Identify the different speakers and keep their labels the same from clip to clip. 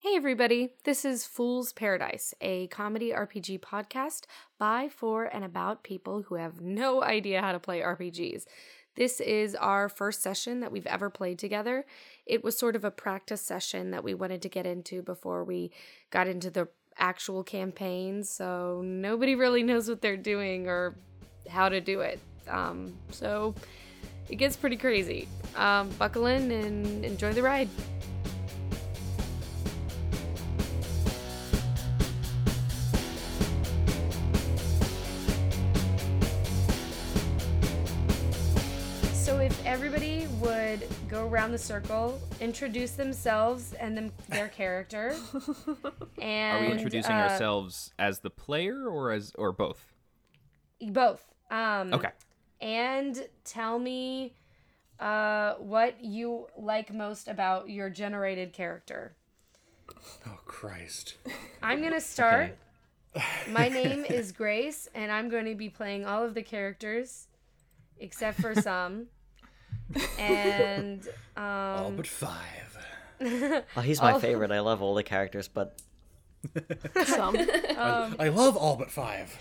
Speaker 1: Hey, everybody. This is Fool's Paradise, a comedy RPG podcast by, for, and about people who have no idea how to play RPGs. This is our first session that we've ever played together. It was sort of a practice session that we wanted to get into before we got into the actual campaign, so nobody really knows what they're doing or how to do it. Um, so it gets pretty crazy. Um, buckle in and enjoy the ride. So if everybody would go around the circle, introduce themselves and them, their character,
Speaker 2: Are
Speaker 1: and
Speaker 2: we introducing
Speaker 1: uh,
Speaker 2: ourselves as the player or as or both?
Speaker 1: both. Um,
Speaker 2: Okay.
Speaker 1: And tell me uh, what you like most about your generated character.
Speaker 3: Oh Christ!
Speaker 1: I'm gonna start. My name is Grace, and I'm going to be playing all of the characters, except for some. and um,
Speaker 3: All but five.
Speaker 4: Oh, he's my favorite. I love all the characters, but
Speaker 5: some.
Speaker 3: I love all but five.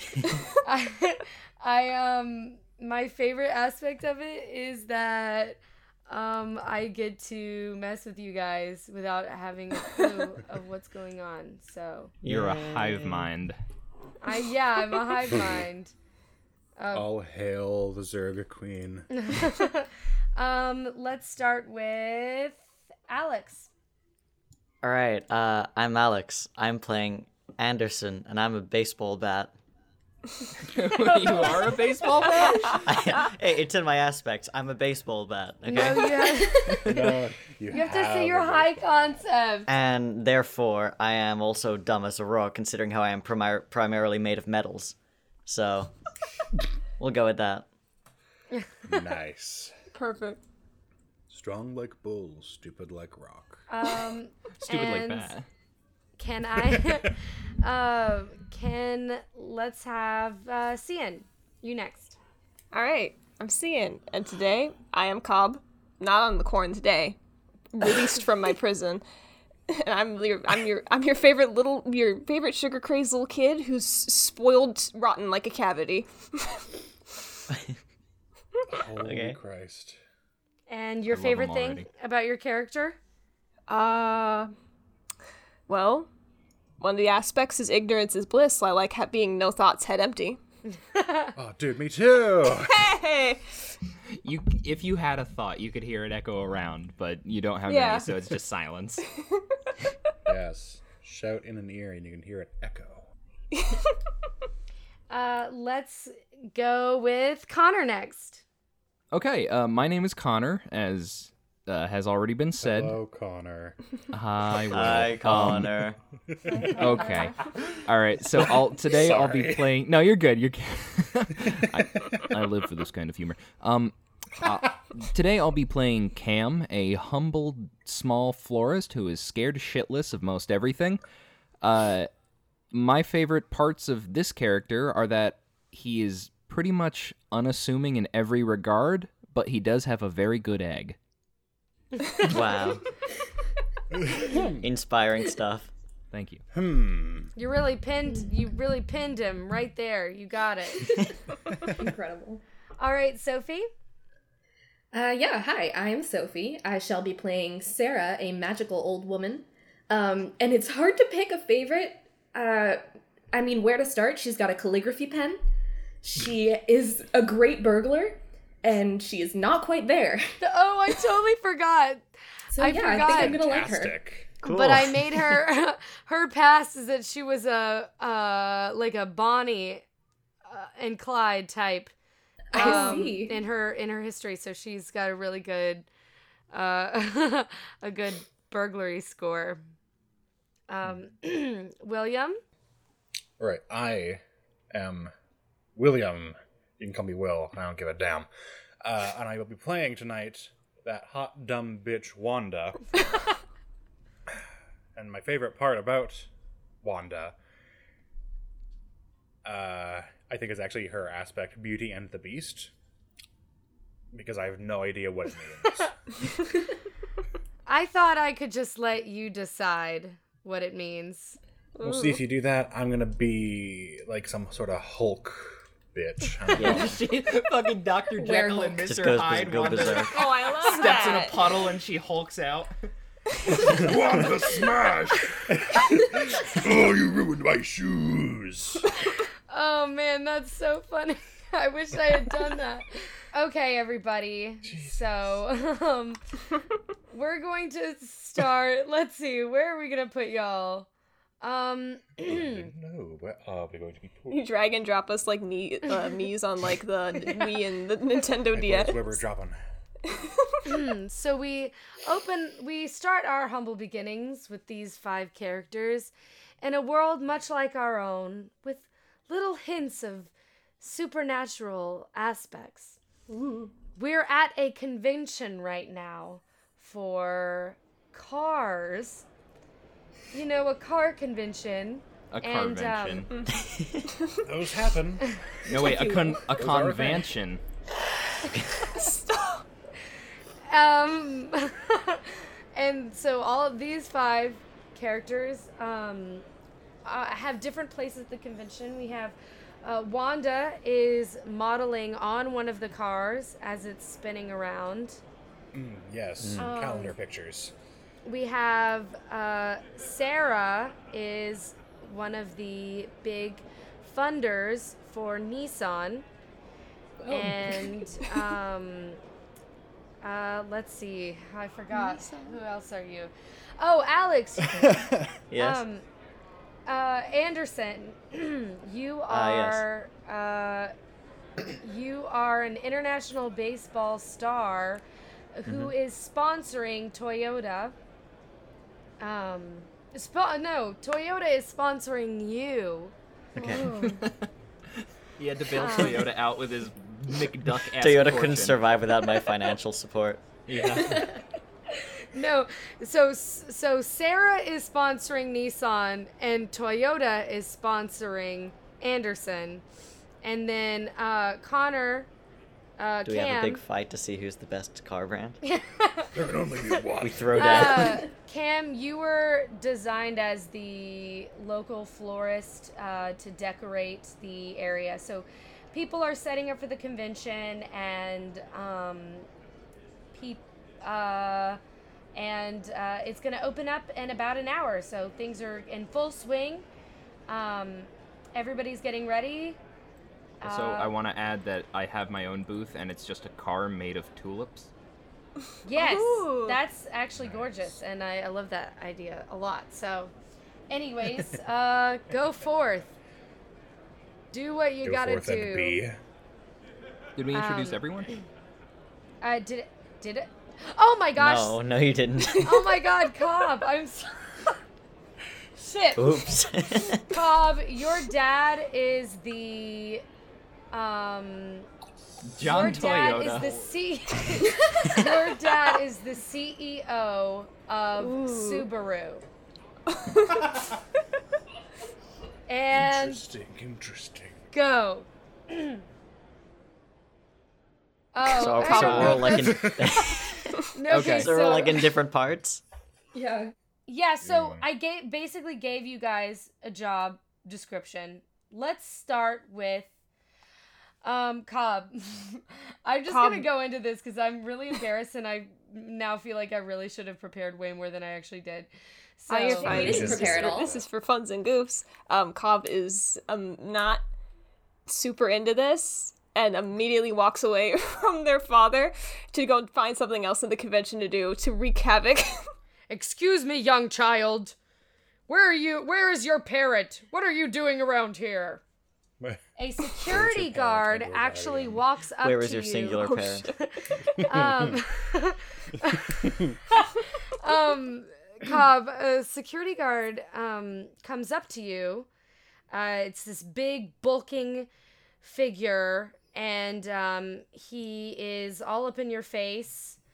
Speaker 1: I, I um, my favorite aspect of it is that um, I get to mess with you guys without having a clue of what's going on. So
Speaker 2: You're a hive mind.
Speaker 1: I yeah, I'm a hive mind.
Speaker 3: All hail the Zerga Queen.
Speaker 1: Um, let's start with Alex.
Speaker 4: all right. Uh, I'm Alex. I'm playing Anderson, and I'm a baseball bat.
Speaker 2: you are a baseball fan?
Speaker 4: hey, it's in my aspects. I'm a baseball bat. Okay.
Speaker 1: No, you have,
Speaker 3: No, you,
Speaker 1: you have to say your high concept.
Speaker 4: And therefore, I am also dumb as a rock, considering how I am primi- primarily made of metals. So, we'll go with that.
Speaker 3: Nice.
Speaker 5: Perfect.
Speaker 3: Strong like bull, stupid like rock.
Speaker 1: Um,
Speaker 2: Stupid
Speaker 1: And-
Speaker 2: like that.
Speaker 1: can I? um, can let's have uh, Cian. You next.
Speaker 5: All right, I'm seeing, and today I am Cobb, not on the corn today, released from my prison, and I'm your, I'm your, I'm your favorite little, your favorite sugar crazed little kid who's spoiled, rotten like a cavity.
Speaker 3: Holy
Speaker 4: Okay.
Speaker 3: Christ!
Speaker 1: And your
Speaker 2: love 'em
Speaker 1: favorite thing
Speaker 2: already.
Speaker 1: about your character?
Speaker 5: Uh, well, one of the aspects is ignorance is bliss. So I like ha- being no thoughts, head empty.
Speaker 3: Oh, dude, me too.
Speaker 5: Hey,
Speaker 2: You if you had a thought, you could hear it echo around, but you don't have
Speaker 5: Yeah.
Speaker 2: any, so it's just silence.
Speaker 3: yes. Shout in an ear, and you can hear it echo.
Speaker 1: Uh, let's go with Connor next.
Speaker 2: Okay, uh, my name is Connor, as uh, has already been said.
Speaker 3: Hello, Connor.
Speaker 2: Hi, Will.
Speaker 4: Hi,
Speaker 2: Um,
Speaker 4: Connor.
Speaker 2: okay. All right. So I'll today I'll be
Speaker 3: Sorry.
Speaker 2: playing. No, you're good. You're. good. I, I live for this kind of humor. Um, uh, today I'll be playing Cam, a humble small florist who is scared shitless of most everything. Uh, my favorite parts of this character are that he is pretty much unassuming in every regard, but he does have a very good egg.
Speaker 4: wow. Inspiring stuff.
Speaker 2: Thank you.
Speaker 3: Hmm.
Speaker 1: You really pinned. You really pinned him right there. You got it.
Speaker 6: Incredible.
Speaker 1: All right, Sophie.
Speaker 6: Uh, yeah, hi, I am Sophie. I shall be playing Sarah, a magical old woman. Um, and it's hard to pick a favorite. Uh, I mean, where to start? She's got a calligraphy pen. She is a great burglar, and she is not quite there.
Speaker 1: Oh, I totally forgot.
Speaker 6: So
Speaker 1: I
Speaker 6: yeah, I
Speaker 1: forgot.
Speaker 6: think I'm gonna like her.
Speaker 3: Fantastic.
Speaker 1: But I made her. Her past is that she was a uh like a Bonnie uh, and Clyde type.
Speaker 6: I
Speaker 1: um,
Speaker 6: see.
Speaker 1: in her in her history. So she's got a really good, uh, a good burglary score. Um, William.
Speaker 3: All right, I am William. You can call me Will. I don't give a damn. Uh, and I will be playing tonight that hot dumb bitch Wanda. and my favorite part about Wanda, uh, I think, is actually her aspect, Beauty and the Beast, because I have no idea what it means.
Speaker 1: I thought I could just let you decide. what it means.
Speaker 3: We'll see if you do that. I'm gonna be like some sort of Hulk bitch. I don't know.
Speaker 7: Yeah, she fucking Doctor Jekyll and
Speaker 4: Oh, Just
Speaker 7: Mister
Speaker 4: goes
Speaker 7: Hyde
Speaker 4: go
Speaker 7: wanders,
Speaker 4: berserk.
Speaker 5: Oh, I love
Speaker 7: steps in a
Speaker 5: that.
Speaker 7: puddle, and she hulks out.
Speaker 8: What a smash! oh, you ruined my shoes.
Speaker 1: Oh man, that's so funny. I wish I had done that. Okay, everybody. So, um, we're going to start. Let's see, where are we gonna put y'all? Um,
Speaker 3: no, where are
Speaker 8: oh,
Speaker 3: we going to be put?
Speaker 5: You drag and drop us like knee, uh, knees on like the Wii and the Nintendo
Speaker 3: Like,
Speaker 5: DS.
Speaker 3: where's where we're dropping.
Speaker 1: so we open, we start our humble beginnings with these five characters in a world much like our own, with little hints of supernatural aspects. We're at a convention right now for cars. You know, a car convention.
Speaker 2: A
Speaker 1: And, um,
Speaker 2: convention.
Speaker 3: Those happen.
Speaker 2: no, wait, a, con- a convention.
Speaker 5: Stop.
Speaker 1: Um, and so all of these five characters um, uh, have different places at the convention. We have uh, Wanda is modeling on one of the cars as it's spinning around.
Speaker 3: Yes, calendar pictures.
Speaker 1: We have uh, Sarah is one of the big funders for Nissan, and um, uh, let's see, I forgot who else are you? Oh, Alex.
Speaker 4: Yes.
Speaker 1: Um, uh, Anderson, you
Speaker 4: Ah, yes.
Speaker 1: are uh, you are an international baseball star who
Speaker 4: Mm-hmm.
Speaker 1: is sponsoring Toyota. Um, spo- no, Toyota is sponsoring you.
Speaker 4: okay.
Speaker 7: He had to bail Toyota out with his McDuck ass.
Speaker 4: Toyota couldn't survive without my financial support.
Speaker 7: Yeah.
Speaker 1: No, so so Sarah is sponsoring Nissan and Toyota is sponsoring Anderson, and then uh, Connor. Uh,
Speaker 4: Do we
Speaker 1: Cam,
Speaker 4: have a big fight to see who's the best car brand?
Speaker 8: There can only be one.
Speaker 4: We throw down.
Speaker 1: Uh, Cam, you were designed as the local florist uh, to decorate the area. So people are setting up for the convention, and um, peop- uh, and uh, it's going to open up in about an hour. So things are in full swing. Um, everybody's getting ready.
Speaker 2: Also, I
Speaker 1: Um,
Speaker 2: want to add that I have my own booth, and it's just a car made of tulips.
Speaker 1: Yes,
Speaker 5: Ooh.
Speaker 1: that's actually gorgeous, and I, I love that idea a lot. So, anyways, uh, go forth. Do what you
Speaker 3: Go
Speaker 1: gotta
Speaker 3: forth and
Speaker 1: do.
Speaker 3: be.
Speaker 2: Did we introduce
Speaker 1: Um,
Speaker 2: everyone?
Speaker 1: Uh, did it? Did it? Oh my gosh!
Speaker 4: No, no, you didn't.
Speaker 1: Oh my God, Cobb! I'm so... shit.
Speaker 4: Oops.
Speaker 1: Oh, Cobb, your dad is the um.
Speaker 2: John
Speaker 1: your dad
Speaker 2: Toyota.
Speaker 1: is the C. your dad is the CEO of Subaru. and
Speaker 3: Interesting, interesting.
Speaker 1: go. oh,
Speaker 4: so,
Speaker 1: I
Speaker 4: so
Speaker 1: don't
Speaker 4: we're
Speaker 1: know.
Speaker 4: all like in,
Speaker 1: No, okay,
Speaker 2: Okay.
Speaker 4: so we're all like in different parts.
Speaker 6: Yeah.
Speaker 1: Yeah, so I gave basically gave you guys a job description. Let's start with um Cobb. I'm just
Speaker 5: Cobb.
Speaker 1: gonna go into this because I'm really embarrassed and I now feel like I really should have prepared way more than I actually did. So
Speaker 5: Oh, you're
Speaker 6: We
Speaker 5: fine.
Speaker 6: didn't
Speaker 5: This is
Speaker 6: prepare at
Speaker 5: for-
Speaker 6: all.
Speaker 5: This is for funs and goofs. Um, Cobb is um not super into this and immediately walks away from their father to go and find something else in the convention to do to wreak havoc.
Speaker 1: Excuse me, young child. Where are you where is your parrot? What are you doing around here? A security
Speaker 3: parrot?
Speaker 1: guard
Speaker 3: I know that
Speaker 1: actually
Speaker 3: again.
Speaker 1: walks up
Speaker 4: Where
Speaker 1: to
Speaker 4: is your
Speaker 1: you.
Speaker 4: singular
Speaker 5: Oh,
Speaker 4: pair?
Speaker 5: shit.
Speaker 1: um, um, Cobb, a security guard um, comes up to you. Uh, it's this big, bulking figure, and um, he is all up in your face.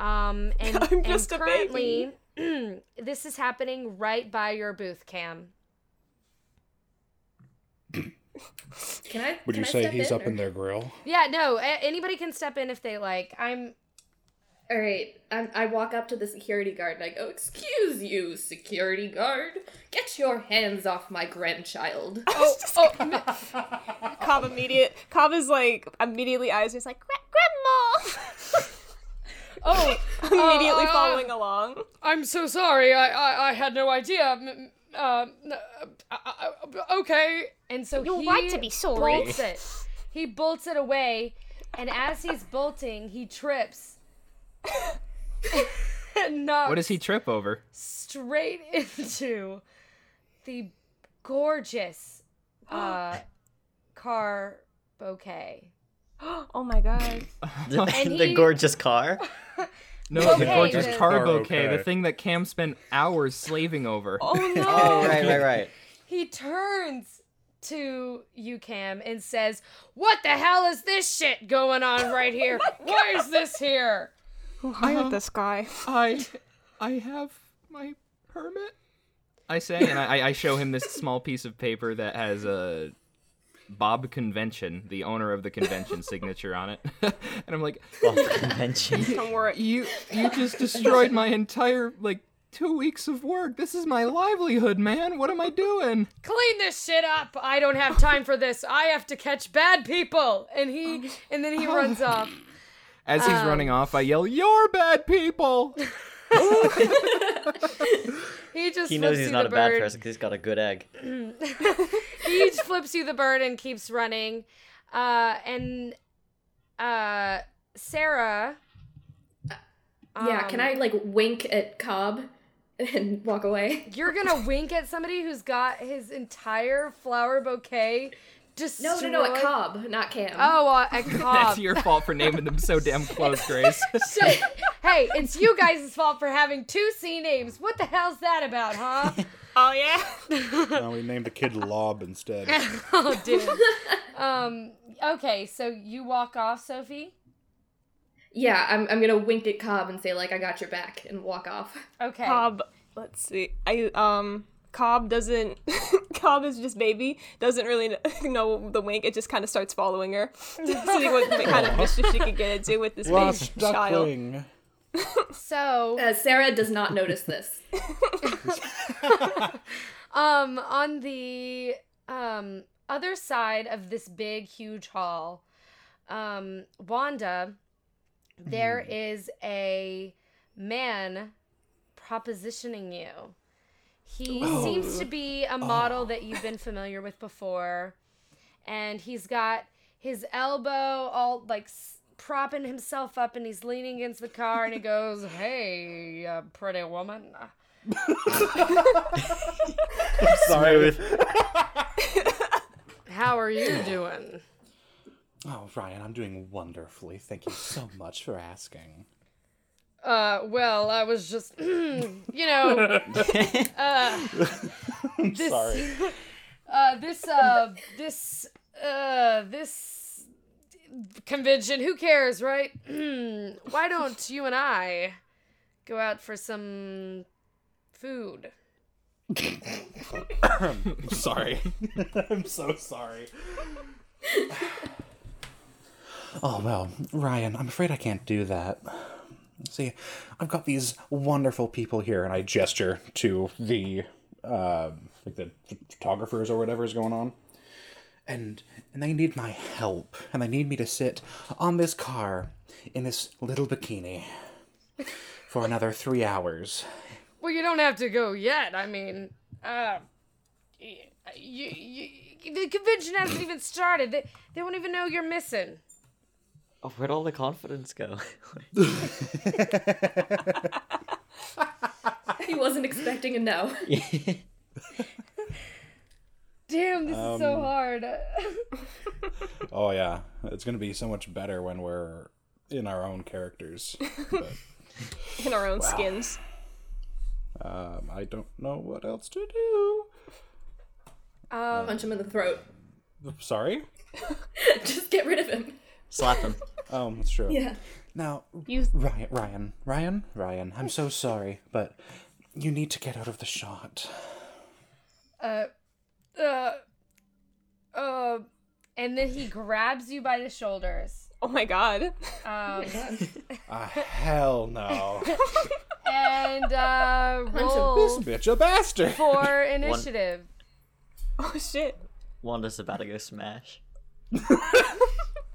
Speaker 1: Um, and,
Speaker 5: I'm
Speaker 1: and
Speaker 5: just a
Speaker 1: currently, this is happening right by your booth, Cam.
Speaker 6: Can I?
Speaker 3: Would
Speaker 6: can
Speaker 3: you
Speaker 6: I
Speaker 3: say
Speaker 6: step
Speaker 3: he's
Speaker 6: in,
Speaker 3: up in
Speaker 6: or-
Speaker 3: their grill?
Speaker 1: Yeah, no, a- anybody can step in if they like. I'm
Speaker 6: All right, I'm, I walk up to the security guard and I go, "Excuse you, security guard, get your hands off my grandchild."
Speaker 5: Oh, oh, m- Cobb immediate. Cobb is like immediately eyes. He's like, "Gra-
Speaker 1: Oh,
Speaker 5: Grandma, immediately
Speaker 1: uh,
Speaker 5: following along.
Speaker 1: I'm so sorry. I I, I had no idea. M- m- Uh, n- uh, uh, uh, okay. And so
Speaker 5: You're
Speaker 1: he
Speaker 5: right to be sorry.
Speaker 1: Bolts it. He bolts it away, and as he's bolting, he trips. and knocks
Speaker 2: What does he trip over?
Speaker 1: straight into the gorgeous uh, car bouquet.
Speaker 5: Oh my god.
Speaker 4: The, the
Speaker 1: he-
Speaker 4: gorgeous car.
Speaker 2: No, the
Speaker 1: Okay,
Speaker 2: gorgeous
Speaker 1: the-
Speaker 2: car
Speaker 3: Car
Speaker 2: bouquet, the
Speaker 3: bouquet.
Speaker 2: thing that Cam spent hours slaving over.
Speaker 5: Oh no.
Speaker 4: Oh, right, right, right.
Speaker 1: He turns to you, Cam, and says, What the hell is this shit going on right
Speaker 6: Oh
Speaker 1: here? Why is this here?
Speaker 5: Who hired this guy?
Speaker 2: I, I have my permit. I say, and I, I show him this small piece of paper that has a Bob Convention, the owner of the convention, signature on it. and I'm like,
Speaker 4: Well, convention.
Speaker 5: Don't worry.
Speaker 2: you, you just destroyed my entire like two weeks of work. This is my livelihood, man. What am I doing?
Speaker 1: Clean this shit up. I don't have time for this. I have to catch bad people. And
Speaker 6: Oh.
Speaker 1: he and then he runs off.
Speaker 2: As he's running off, I yell, "You're bad people."
Speaker 1: He just
Speaker 4: He
Speaker 1: flips
Speaker 4: knows he's
Speaker 1: you
Speaker 4: not
Speaker 1: the
Speaker 4: a bad
Speaker 1: bird.
Speaker 4: person because he's got a good egg.
Speaker 1: he flips you the bird and keeps running. Uh, and uh, Sarah.
Speaker 6: yeah, can
Speaker 1: um,
Speaker 6: I like wink at Cobb and walk away?
Speaker 1: You're gonna wink at somebody who's got his entire flower bouquet
Speaker 6: No,
Speaker 1: destroyed.
Speaker 6: no, no, at Cobb, not Cam.
Speaker 1: Oh, uh, at Cobb.
Speaker 2: That's your fault for naming them so damn close, Grace.
Speaker 1: Shit. hey, it's you guys' fault for having two C names. What the hell's that about, huh?
Speaker 5: Oh yeah.
Speaker 8: No, we named the kid Lob instead.
Speaker 1: oh, dude. Um. Okay, so you walk off, Sophie.
Speaker 6: Yeah, I'm, I'm gonna wink at Cobb and say like I got your back and walk off.
Speaker 1: Okay.
Speaker 5: Cobb. Let's see. I um. Cobb doesn't. Cobb is just baby. Doesn't really kn- know the wink. It just kind of starts following her, seeing what kind of mischief she could get into with this
Speaker 8: Ross
Speaker 5: baby child.
Speaker 8: Duckling.
Speaker 1: So.
Speaker 6: Uh, Sarah does not notice this.
Speaker 1: Um, on the um other side of this big, huge hall, um, Wanda, there is a man propositioning you. He seems to be a model that you've been familiar with before, and he's got his elbow all like s- propping himself up, and he's leaning against the car, and he goes, "Hey, uh, pretty woman."
Speaker 8: Sorry.
Speaker 1: How are you doing?
Speaker 8: Oh, Ryan, I'm doing wonderfully. Thank you so much for asking.
Speaker 1: Uh, well, I was just, you know, uh, this,
Speaker 8: Sorry.
Speaker 1: uh, this, uh, this, uh, this convention, who cares, right? Why don't you and I go out for some food?
Speaker 8: I'm sorry. I'm so sorry. oh, well, Ryan, I'm afraid I can't do that. See, I've got these wonderful people here, and I gesture to the, uh, like the ph- photographers or whatever is going on. And, and they need my help, and they need me to sit on this car in this little bikini for another three hours.
Speaker 1: Well, you don't have to go yet. I mean, uh, y- you, you, the convention hasn't even started. They, they won't even know you're missing.
Speaker 4: Oh, where'd all the confidence go?
Speaker 6: he wasn't expecting a no.
Speaker 1: Damn, this is so hard.
Speaker 8: Oh yeah, it's gonna be so much better when we're in our own characters. But
Speaker 5: In our own skins.
Speaker 8: um, I don't know what else to do.
Speaker 6: Punch him in the throat.
Speaker 8: Sorry.
Speaker 6: Just get rid of him.
Speaker 4: Slap him.
Speaker 8: Oh, that's true.
Speaker 6: Yeah.
Speaker 8: Now,
Speaker 5: You-
Speaker 8: Ryan, Ryan, Ryan, Ryan. I'm so sorry, but you need to get out of the shot.
Speaker 1: uh, uh, uh, and then he grabs you by the shoulders
Speaker 5: Oh my god.
Speaker 1: Um,
Speaker 8: Ah, hell no.
Speaker 1: and uh,
Speaker 8: this
Speaker 1: roll
Speaker 8: bitch a bastard.
Speaker 1: for initiative.
Speaker 5: Oh shit.
Speaker 4: Wanda's about to go smash.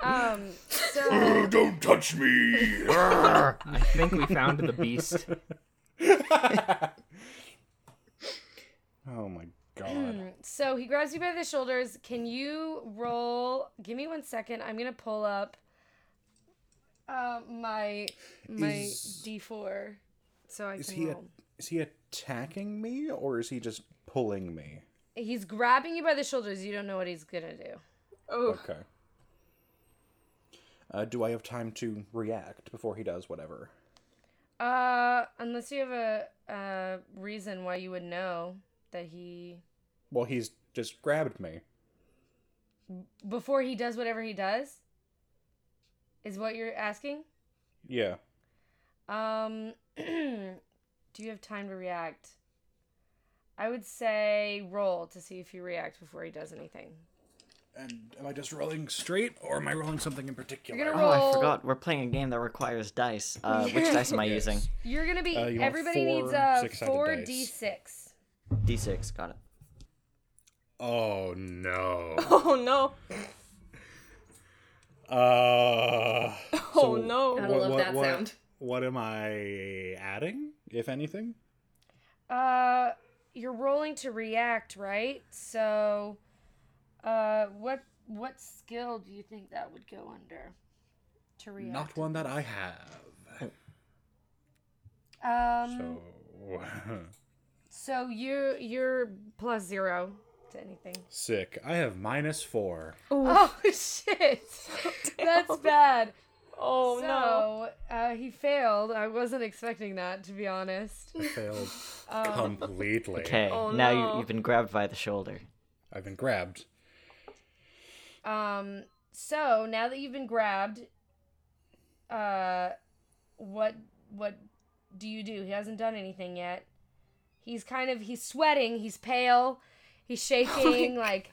Speaker 1: Um, so
Speaker 8: Don't touch me.
Speaker 7: I think we found the beast.
Speaker 8: Oh my god.
Speaker 1: so he grabs you by the shoulders. Can you roll? Give me one second. I'm gonna pull up uh, my my
Speaker 8: Is-
Speaker 1: D4 so I
Speaker 8: Is
Speaker 1: can
Speaker 8: he a,
Speaker 1: roll.
Speaker 8: is he attacking me or is he just pulling me?
Speaker 1: He's grabbing you by the shoulders. You don't know what he's gonna do.
Speaker 5: Oh,
Speaker 8: Okay. Uh, do I have time to react before he does whatever?
Speaker 1: Uh, unless you have a uh reason why you would know that he
Speaker 8: Well, he's just grabbed me.
Speaker 1: before he does whatever he does, is what you're asking.
Speaker 8: Yeah.
Speaker 1: Um, do you have time to react? I would say roll to see if you react before he does anything.
Speaker 3: And am I just rolling straight, or am I rolling something in particular?
Speaker 1: You're gonna
Speaker 4: Oh,
Speaker 1: roll.
Speaker 4: I forgot. We're playing a game that requires dice. Uh, which dice am I using?
Speaker 1: You're gonna be.
Speaker 3: Uh, you want
Speaker 1: everybody
Speaker 3: four
Speaker 1: needs a
Speaker 3: six-sided
Speaker 1: four
Speaker 3: dice.
Speaker 1: d six.
Speaker 4: D6. Got it.
Speaker 3: Oh no.
Speaker 5: oh no.
Speaker 3: Uh,
Speaker 5: Oh, no.
Speaker 3: I
Speaker 5: Gotta
Speaker 6: love that sound.
Speaker 3: What am I adding, if anything?
Speaker 1: Uh, you're rolling to react, right? So, uh, what what skill do you think that would go under? To react.
Speaker 3: Not one that I have.
Speaker 1: Um.
Speaker 3: So,
Speaker 1: So you you're plus zero to anything.
Speaker 3: sick. I have minus four.
Speaker 1: Oh shit, that's bad.
Speaker 5: Oh
Speaker 1: so,
Speaker 5: no.
Speaker 1: uh, he failed. I wasn't expecting that to be honest.
Speaker 3: I failed completely.
Speaker 4: Okay.
Speaker 5: Oh,
Speaker 4: now
Speaker 5: no.
Speaker 4: you, you've been grabbed by the shoulder.
Speaker 3: I've been grabbed.
Speaker 1: Um. So now that you've been grabbed, uh, what what do you do? He hasn't done anything yet. He's kind of he's sweating. He's pale. He's
Speaker 7: Oh
Speaker 1: shaking. like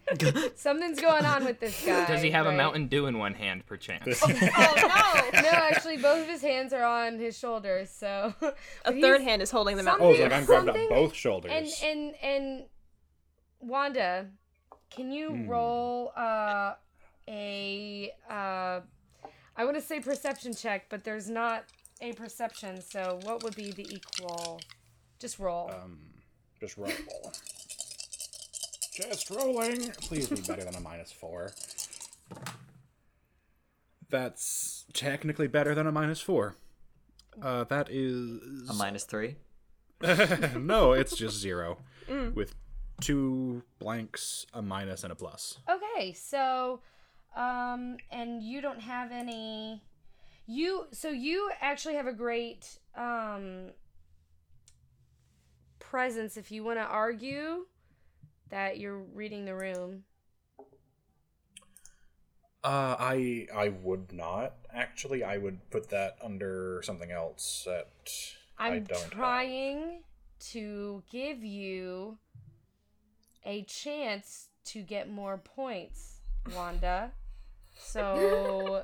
Speaker 1: something's going on with this guy.
Speaker 7: Does he have a
Speaker 1: right?
Speaker 7: Mountain Dew in one hand, perchance?
Speaker 5: Oh no.
Speaker 1: No, actually, both of his hands are on his shoulders. So
Speaker 5: A third hand is holding them out.
Speaker 1: Some-
Speaker 3: Oh, it's like I'm grabbed on
Speaker 1: Something-
Speaker 3: both shoulders.
Speaker 1: and and and Wanda, can you
Speaker 3: Hmm.
Speaker 1: roll uh a uh I want to say perception check, but there's not a perception, so what would be the equal? Just roll.
Speaker 3: Just roll. Just rolling. Please be better than a minus four. That's technically better than a minus four. Uh, that is
Speaker 4: A minus three.
Speaker 3: no, it's just zero
Speaker 1: Mm.
Speaker 3: with two blanks, a minus, and a plus.
Speaker 1: okay, so um and you don't have any you so you actually have a great um presence if you want to argue that you're reading the room.
Speaker 3: Uh, I I would not actually. I would put that under something else that I
Speaker 1: I'm
Speaker 3: don't have.
Speaker 1: trying to give you a chance to get more points, Wanda. So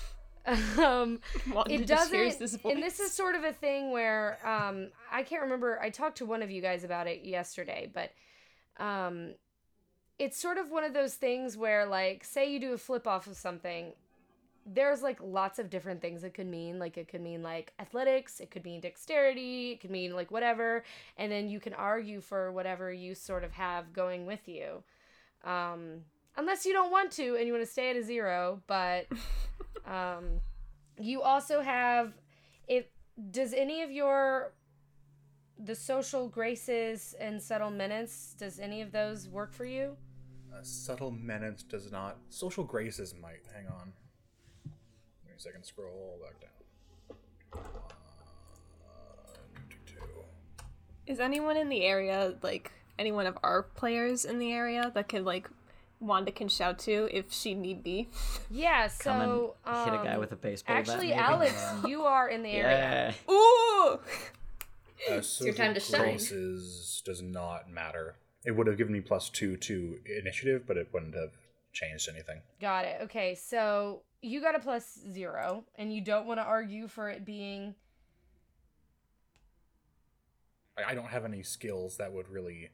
Speaker 1: um
Speaker 5: Wanda
Speaker 1: it
Speaker 5: just
Speaker 1: doesn't
Speaker 5: hears this voice.
Speaker 1: and this is sort of a thing where um I can't remember I talked to one of you guys about it yesterday, but um it's sort of one of those things where like say you do a flip off of something there's like lots of different things it could mean. Like it could mean like athletics, it could mean dexterity, it could mean like whatever. And then you can argue for whatever you sort of have going with you. Um, unless you don't want to and you want to stay at a zero, but um, you also have if does any of your the social graces and subtle menace, does any of those work for you?
Speaker 3: Uh, subtle menace does not. Social graces might. Hang on. Give me a second. Scroll back down.
Speaker 5: Is anyone in the area, like anyone of our players in the area that could like Wanda can shout to if she need be?
Speaker 1: Yeah,
Speaker 4: Come and
Speaker 1: so
Speaker 4: hit a guy
Speaker 1: um,
Speaker 4: with a baseball
Speaker 1: Actually,
Speaker 4: bat. maybe.
Speaker 1: Alex, you are in the area.
Speaker 4: Yeah.
Speaker 5: Ooh!
Speaker 3: Uh, social
Speaker 6: your time to shine.
Speaker 3: graces does not matter. It would have given me plus two to initiative, but it wouldn't have changed anything.
Speaker 1: Got it. Okay, so you got a plus zero, and you don't want to argue for it being.
Speaker 3: I, I don't have any skills that would really.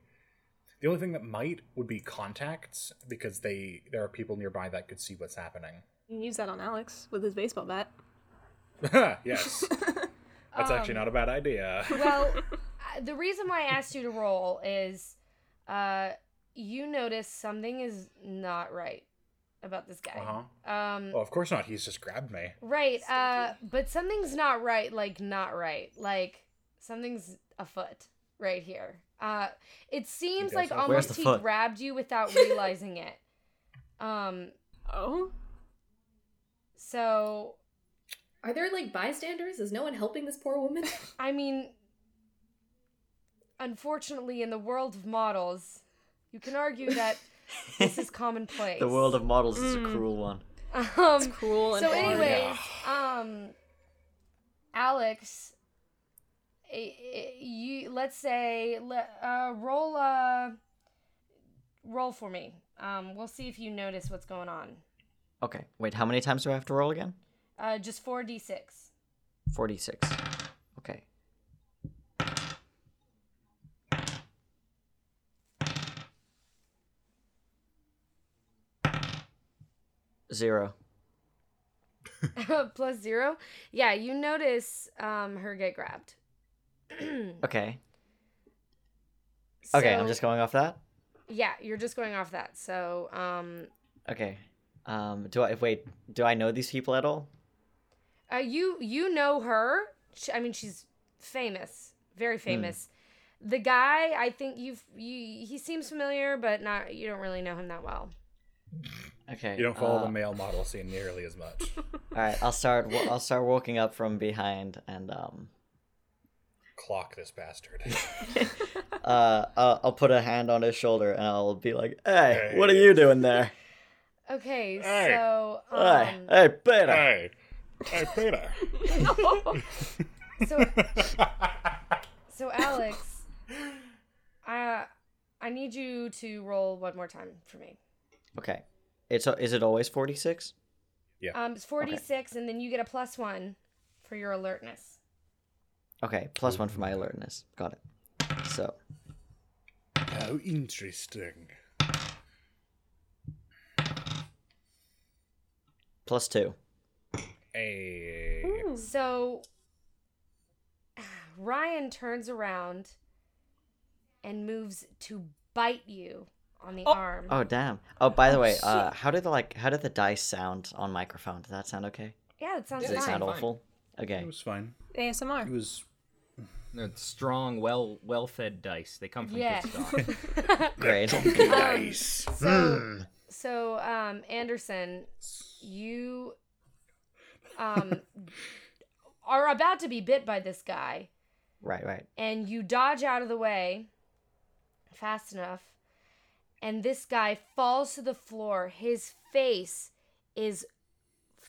Speaker 3: The only thing that might would be contacts because they there are people nearby that could see what's happening.
Speaker 5: You can use that on Alex with his baseball bat.
Speaker 3: yes, that's actually
Speaker 6: Um,
Speaker 3: not a bad idea.
Speaker 1: Well, uh, the reason why I asked you to roll is uh, you notice something is not right about this guy.
Speaker 3: Uh-huh.
Speaker 1: Um,
Speaker 3: Well, of course not. He's just grabbed me.
Speaker 1: Right. Uh, but something's not right. Like not right. Like something's afoot right here. Uh, it seems
Speaker 3: does
Speaker 1: like
Speaker 3: have-
Speaker 4: Where's
Speaker 1: almost
Speaker 4: the
Speaker 1: he
Speaker 4: foot?
Speaker 1: grabbed you without realizing it. Um.
Speaker 5: Oh,
Speaker 1: So
Speaker 6: Are there like bystanders? Is no one helping this poor woman?
Speaker 1: I mean, unfortunately, in the world of models, you can argue that this is commonplace.
Speaker 4: The world of models is a
Speaker 5: Mm.
Speaker 4: cruel one.
Speaker 1: um,
Speaker 5: cool. And
Speaker 1: So,
Speaker 5: hard.
Speaker 1: anyways, um, Alex, i- i- you let's say le- uh, roll uh, roll for me. Um, we'll see if you notice what's going on.
Speaker 4: Okay, wait, how many times do I have to roll again?
Speaker 1: Uh, just four d six.
Speaker 4: 46. Okay. Zero.
Speaker 1: plus zero. Yeah, you notice um, her get grabbed.
Speaker 4: Okay. Okay, I'm
Speaker 1: So-
Speaker 4: just going off that.
Speaker 1: Yeah, you're just going off that. So, um,
Speaker 4: Okay. Um, do I wait? Do I know these people at all?
Speaker 1: uh, you you know her. She, I mean, she's famous, very famous. The guy, I think you've you he seems familiar, but not you don't really know him that well.
Speaker 4: Okay.
Speaker 3: You don't follow
Speaker 4: uh,
Speaker 3: the male model scene nearly as much.
Speaker 4: All right, I'll start. wa- I'll start walking up from behind, and um,
Speaker 3: Clock this bastard.
Speaker 4: uh, I'll, I'll put a hand on his shoulder, and I'll be like, "Hey,
Speaker 3: Hey.
Speaker 4: what are you doing there?
Speaker 1: Okay,
Speaker 3: Hey.
Speaker 1: so
Speaker 4: Hey,
Speaker 1: um,
Speaker 4: hey, Peter."
Speaker 3: hey, hey, Peter.
Speaker 1: um, so so Alex, I I need you to roll one more time for me.
Speaker 4: Okay. It's a, is it always 46?
Speaker 1: Um, it's forty six, and then you get a plus one for your alertness.
Speaker 4: Okay, plus 1 for my alertness. Got it. So,
Speaker 3: How interesting.
Speaker 4: plus 2.
Speaker 3: Hey.
Speaker 5: Hmm.
Speaker 1: So Ryan turns around and moves to bite you on the arm.
Speaker 4: Oh damn. Oh, by the way, uh how did the like how did the dice sound on microphone? Did that sound okay?
Speaker 1: yeah, it sounds
Speaker 4: Did it
Speaker 1: fine.
Speaker 4: sound awful? Okay.
Speaker 8: It was fine. It
Speaker 5: ASMR.
Speaker 8: was
Speaker 7: They're strong, well well fed dice. They come from
Speaker 1: Yeah.
Speaker 7: Kistock.
Speaker 4: Great.
Speaker 8: nice.
Speaker 1: So, so um, Anderson, you um, are about to be bit by this guy,
Speaker 4: right, right.
Speaker 1: and you dodge out of the way fast enough, and this guy falls to the floor. His face is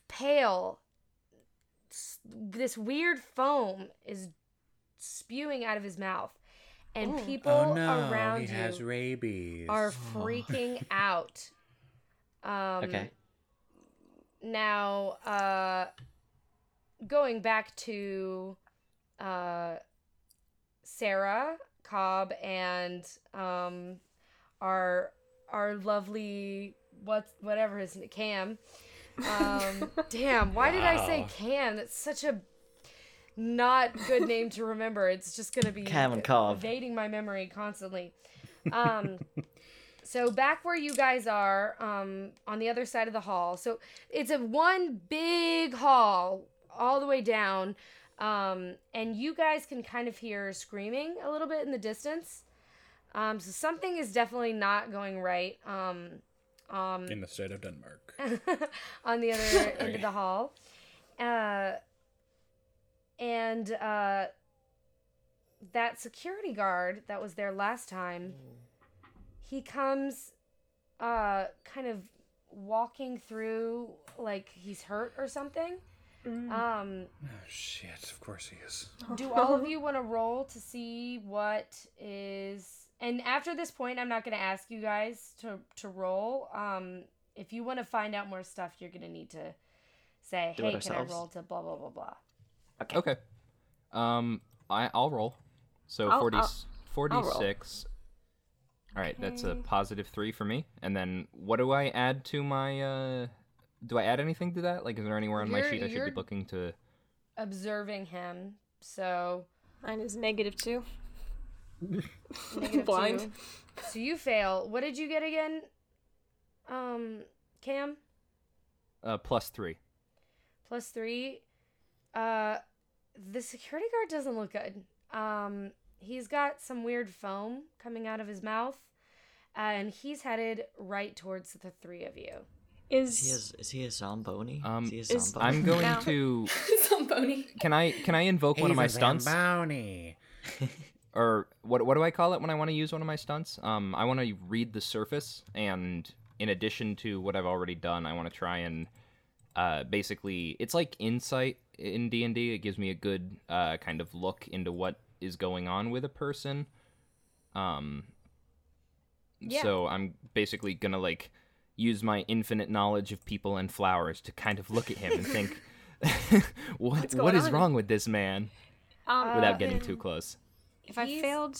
Speaker 1: pale. S- This weird foam is spewing out of his mouth, and people
Speaker 8: Oh no,
Speaker 1: around
Speaker 8: he
Speaker 1: you
Speaker 8: has Oh. rabies.
Speaker 1: are freaking out. Um,
Speaker 4: Okay.
Speaker 1: Now, uh, going back to uh, Sarah Cobb and um, our our lovely what whatever his name Cam. Um, damn, why did I say
Speaker 3: Wow.
Speaker 1: Cam? That's such a not good name to remember. It's just gonna be
Speaker 4: Cam and Cobb.
Speaker 1: evading my memory constantly. Um, so back where you guys are, um, on the other side of the hall. So it's a one big hall all the way down, um, and you guys can kind of hear screaming a little bit in the distance. Um, so something is definitely not going right. Um, um,
Speaker 3: In the state of Denmark.
Speaker 5: uh,
Speaker 1: on the other end of the hall. Uh, and uh, that security guard that was there last time, he comes uh, kind of walking through like he's hurt or something. Um,
Speaker 8: Oh, shit, of course he is.
Speaker 1: do all of you want to roll to see what is? And after this point, I'm not going to ask you guys to to roll. Um, If you want to find out more stuff, you're going to need to say,
Speaker 4: Do it
Speaker 1: hey, can I
Speaker 4: ourselves.
Speaker 1: roll to blah, blah, blah, blah.
Speaker 2: Okay. Um, I I'll roll. So
Speaker 5: I'll-
Speaker 2: 40,
Speaker 5: I'll-
Speaker 2: 46. All right, that's a positive three for me. And then what do I add to my? uh Do I add anything to that? Like, is there anywhere on my
Speaker 1: You're-
Speaker 2: sheet I should
Speaker 1: you're-
Speaker 2: be looking to?
Speaker 1: Observing him. So,
Speaker 5: Mine is negative two.
Speaker 1: negative
Speaker 5: Blind.
Speaker 1: two. So you fail. What did you get again? Um, Cam?
Speaker 2: Uh, plus three.
Speaker 1: plus three. Uh, the security guard doesn't look good. Um, he's got some weird foam coming out of his mouth, and he's headed right towards the three of you.
Speaker 5: Is,
Speaker 4: He is, is he a Zamboni?
Speaker 2: Um,
Speaker 4: is he a
Speaker 5: is-
Speaker 4: Zamboni?
Speaker 2: I'm going
Speaker 5: No.
Speaker 2: to.
Speaker 6: Zamboni.
Speaker 2: Can I can I invoke one of my stunts
Speaker 8: Bounty.
Speaker 2: or what what do I call it when I want to use one of my stunts? Um, I want to read the surface, and in addition to what I've already done, I want to try and uh, basically it's like insight in D and D. It gives me a good uh, kind of look into what is going on with a person. Um,
Speaker 1: Yeah.
Speaker 2: so I'm basically gonna like use my infinite knowledge of people and flowers to kind of look at him and think, what what
Speaker 5: going
Speaker 2: is
Speaker 5: on?
Speaker 2: wrong with this man?
Speaker 5: um,
Speaker 2: Without getting too close.
Speaker 5: if I
Speaker 1: He's-
Speaker 5: failed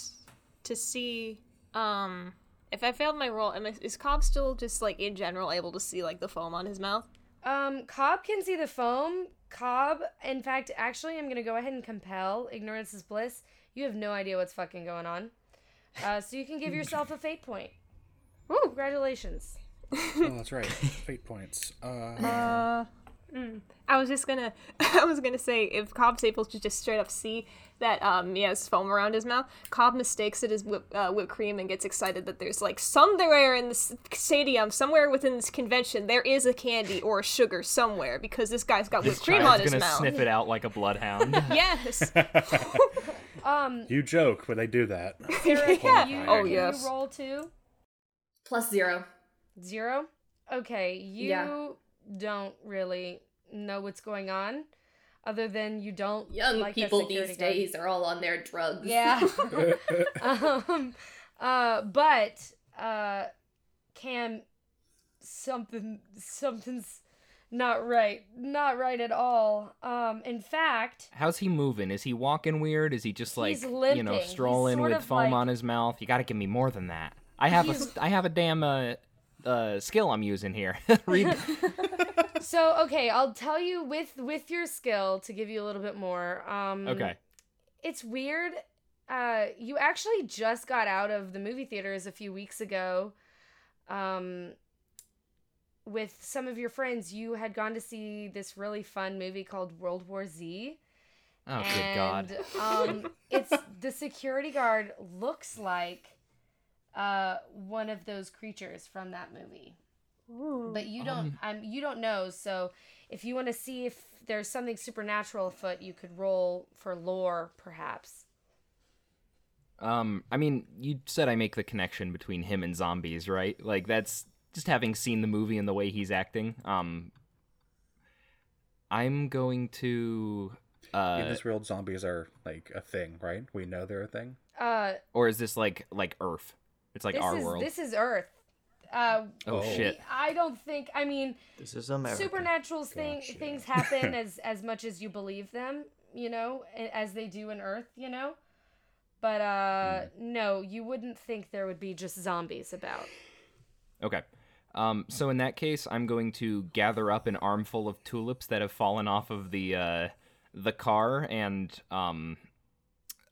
Speaker 5: to see, um, if I failed my roll, am I, is Cobb still just like in general able to see like the foam on his mouth?
Speaker 1: Um, Cobb can see the foam. Cobb, in fact, actually, I'm gonna go ahead and compel ignorance is bliss. You have no idea what's fucking going on, uh, so you can give yourself a fate point. Woo! Congratulations.
Speaker 8: Oh, that's right. Fate points. Uh,
Speaker 5: I was just gonna, I was gonna say if Cobb's able to just straight up see that um, he has foam around his mouth, Cobb mistakes it as whip, uh, whipped cream and gets excited that there's like somewhere in this stadium, somewhere within this convention, there is a candy or a sugar somewhere because this guy's got whipped cream on
Speaker 2: Child's
Speaker 5: his
Speaker 2: gonna
Speaker 5: mouth.
Speaker 2: sniff it out like a bloodhound.
Speaker 5: Yes.
Speaker 1: Um,
Speaker 8: you joke when they do that.
Speaker 1: Sarah, can you,
Speaker 5: Oh,
Speaker 1: can you
Speaker 5: yes.
Speaker 1: roll too?
Speaker 6: Plus zero.
Speaker 1: Zero? Okay, you
Speaker 6: Yeah.
Speaker 1: don't really know what's going on, other than you don't
Speaker 6: Young
Speaker 1: like that
Speaker 6: people
Speaker 1: security
Speaker 6: these
Speaker 1: guard.
Speaker 6: days are all on their drugs.
Speaker 1: Yeah. um, uh, but uh, Cam, something something's not right, not right at all. Um, in fact,
Speaker 2: How's he moving? Is he walking weird? Is he just like
Speaker 1: He's
Speaker 2: you
Speaker 1: limping.
Speaker 2: know
Speaker 1: He's
Speaker 2: strolling
Speaker 1: sort
Speaker 2: with
Speaker 1: of
Speaker 2: foam
Speaker 1: like-
Speaker 2: on his mouth? You got to give me more than that. I have a
Speaker 1: He's-
Speaker 2: I have a damn uh, uh skill I'm using here. Read.
Speaker 1: so okay, I'll tell you with with your skill to give you a little bit more. Um,
Speaker 2: Okay.
Speaker 1: it's weird. Uh, you actually just got out of the movie theaters a few weeks ago. Um, with some of your friends, you had gone to see this really fun movie called World War Z.
Speaker 2: Oh good
Speaker 1: and,
Speaker 2: god.
Speaker 1: um, it's the security guard looks like uh one of those creatures from that movie. But you don't, um, you don't know. So, if you want to see if there's something supernatural afoot, you could roll for lore, perhaps.
Speaker 2: Um, I mean, you said I make the connection between him and zombies, right? Like that's just having seen the movie and the way he's acting. Um, I'm going to.
Speaker 8: In
Speaker 2: Uh,
Speaker 8: this world, zombies are like a thing, right? We know they're a thing.
Speaker 1: Uh,
Speaker 2: or is this like like Earth? It's like
Speaker 1: this
Speaker 2: our
Speaker 1: is
Speaker 2: world.
Speaker 1: this is Earth. Uh,
Speaker 2: Oh,
Speaker 8: Oh.
Speaker 2: shit!
Speaker 1: I don't think. I mean,
Speaker 4: This is America.
Speaker 1: supernatural thing,
Speaker 8: Gotcha.
Speaker 1: things happen as as much as you believe them, you know, a- as they do in Earth, you know. But uh,
Speaker 2: Hmm.
Speaker 1: no, you wouldn't think there would be just zombies about.
Speaker 2: Okay. Um, so in that case, I'm going to gather up an armful of tulips that have fallen off of the uh, the car, and um,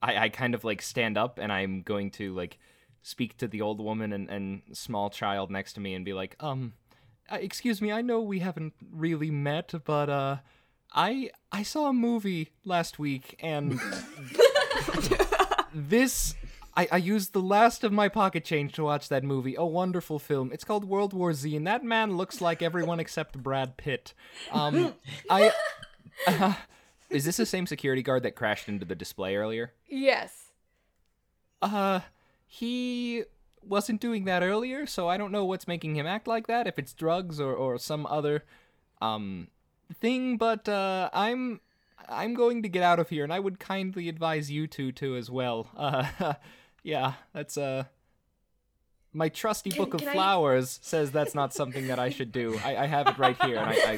Speaker 2: I, I kind of like stand up, and I'm going to like speak to the old woman and, and small child next to me, and be like, um, uh, excuse me, I know we haven't really met, but uh, I I saw a movie last week, and this I, I used the last of my pocket change to watch that movie a wonderful film it's called world war z and that man looks like everyone except brad pitt um i uh, is this the same security guard that crashed into the display earlier
Speaker 1: Yes.
Speaker 2: uh he wasn't doing that earlier so i don't know what's making him act like that if it's drugs or or some other um thing but uh i'm i'm going to get out of here and i would kindly advise you two to as well uh yeah that's uh My trusty book of
Speaker 6: can I-
Speaker 2: flowers says that's not something that I should do. I, I have it right here, and I I,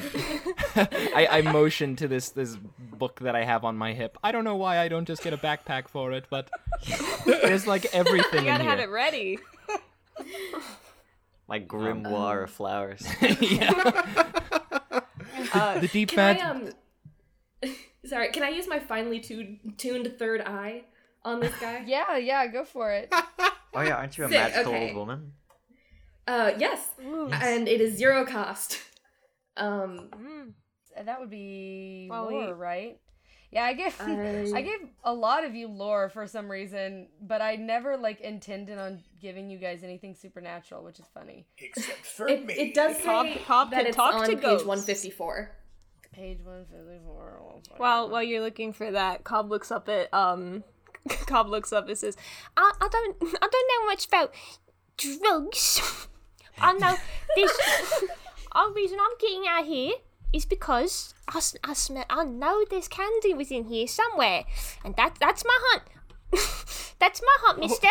Speaker 2: I, I motion to this this book that I have on my hip. I don't know why I don't just get a backpack for it, but there's like everything in
Speaker 5: gotta have it
Speaker 2: here.
Speaker 5: ready.
Speaker 4: My grimoire of flowers.
Speaker 2: The deep
Speaker 6: Uh, Can
Speaker 2: bad.
Speaker 6: I um? Sorry, can I use my finely tuned, tuned third eye on this guy?
Speaker 1: Yeah, yeah, go for it.
Speaker 4: Oh yeah, aren't you a
Speaker 6: Sick,
Speaker 4: magical
Speaker 6: okay.
Speaker 4: old woman?
Speaker 6: Uh, yes. And it is zero cost. Um,
Speaker 1: And that would be
Speaker 5: Well,
Speaker 1: lore,
Speaker 5: we-
Speaker 1: right? Yeah, I gave
Speaker 6: I-
Speaker 1: I gave a lot of you lore for some reason, but I never like intended on giving you guys anything supernatural, which is funny.
Speaker 8: Except for
Speaker 6: it, it does say
Speaker 5: Pop- Pop
Speaker 6: that
Speaker 5: can
Speaker 6: it's
Speaker 5: talk
Speaker 6: on
Speaker 5: to
Speaker 6: page
Speaker 5: ghosts.
Speaker 6: 154.
Speaker 1: Page one fifty four.
Speaker 5: While while you're looking for that, Cobb looks up at um, Cobb looks up and says, I, "I don't I don't know much about drugs. I know this. the reason I'm getting out here is because I, s- I smell. I know there's candy within here somewhere, and that that's my hunt. that's my hunt, Mister.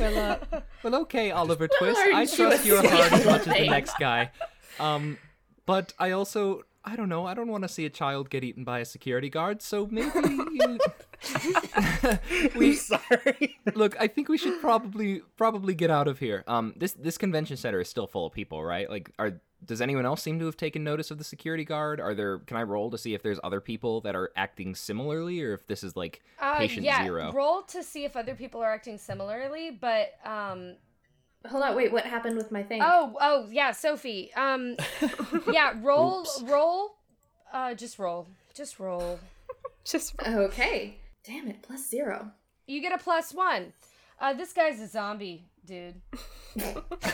Speaker 2: Well, okay, Oliver Twist.
Speaker 6: aren't
Speaker 2: I
Speaker 6: you
Speaker 2: trust
Speaker 6: a
Speaker 2: your heart as much as the
Speaker 6: thing?
Speaker 2: next guy. Um, but I also, I don't know, I don't want to see a child get eaten by a security guard. So maybe you. we
Speaker 8: Sorry.
Speaker 2: look. I think we should probably probably get out of here. Um, this this convention center is still full of people, right? Like, are does anyone else seem to have taken notice of the security guard? Are there? Can I roll to see if there's other people that are acting similarly, or if this is like patient
Speaker 1: Uh, Um, yeah,
Speaker 2: zero?
Speaker 1: roll to see if other people are acting similarly, but um
Speaker 6: Hold on, wait, what happened with my thing?
Speaker 1: oh oh yeah, Sophie. Um yeah, roll roll uh just roll. Just roll.
Speaker 5: Just
Speaker 6: Okay. Damn it, plus zero.
Speaker 1: You get a plus 1. Uh this guy's a zombie, dude.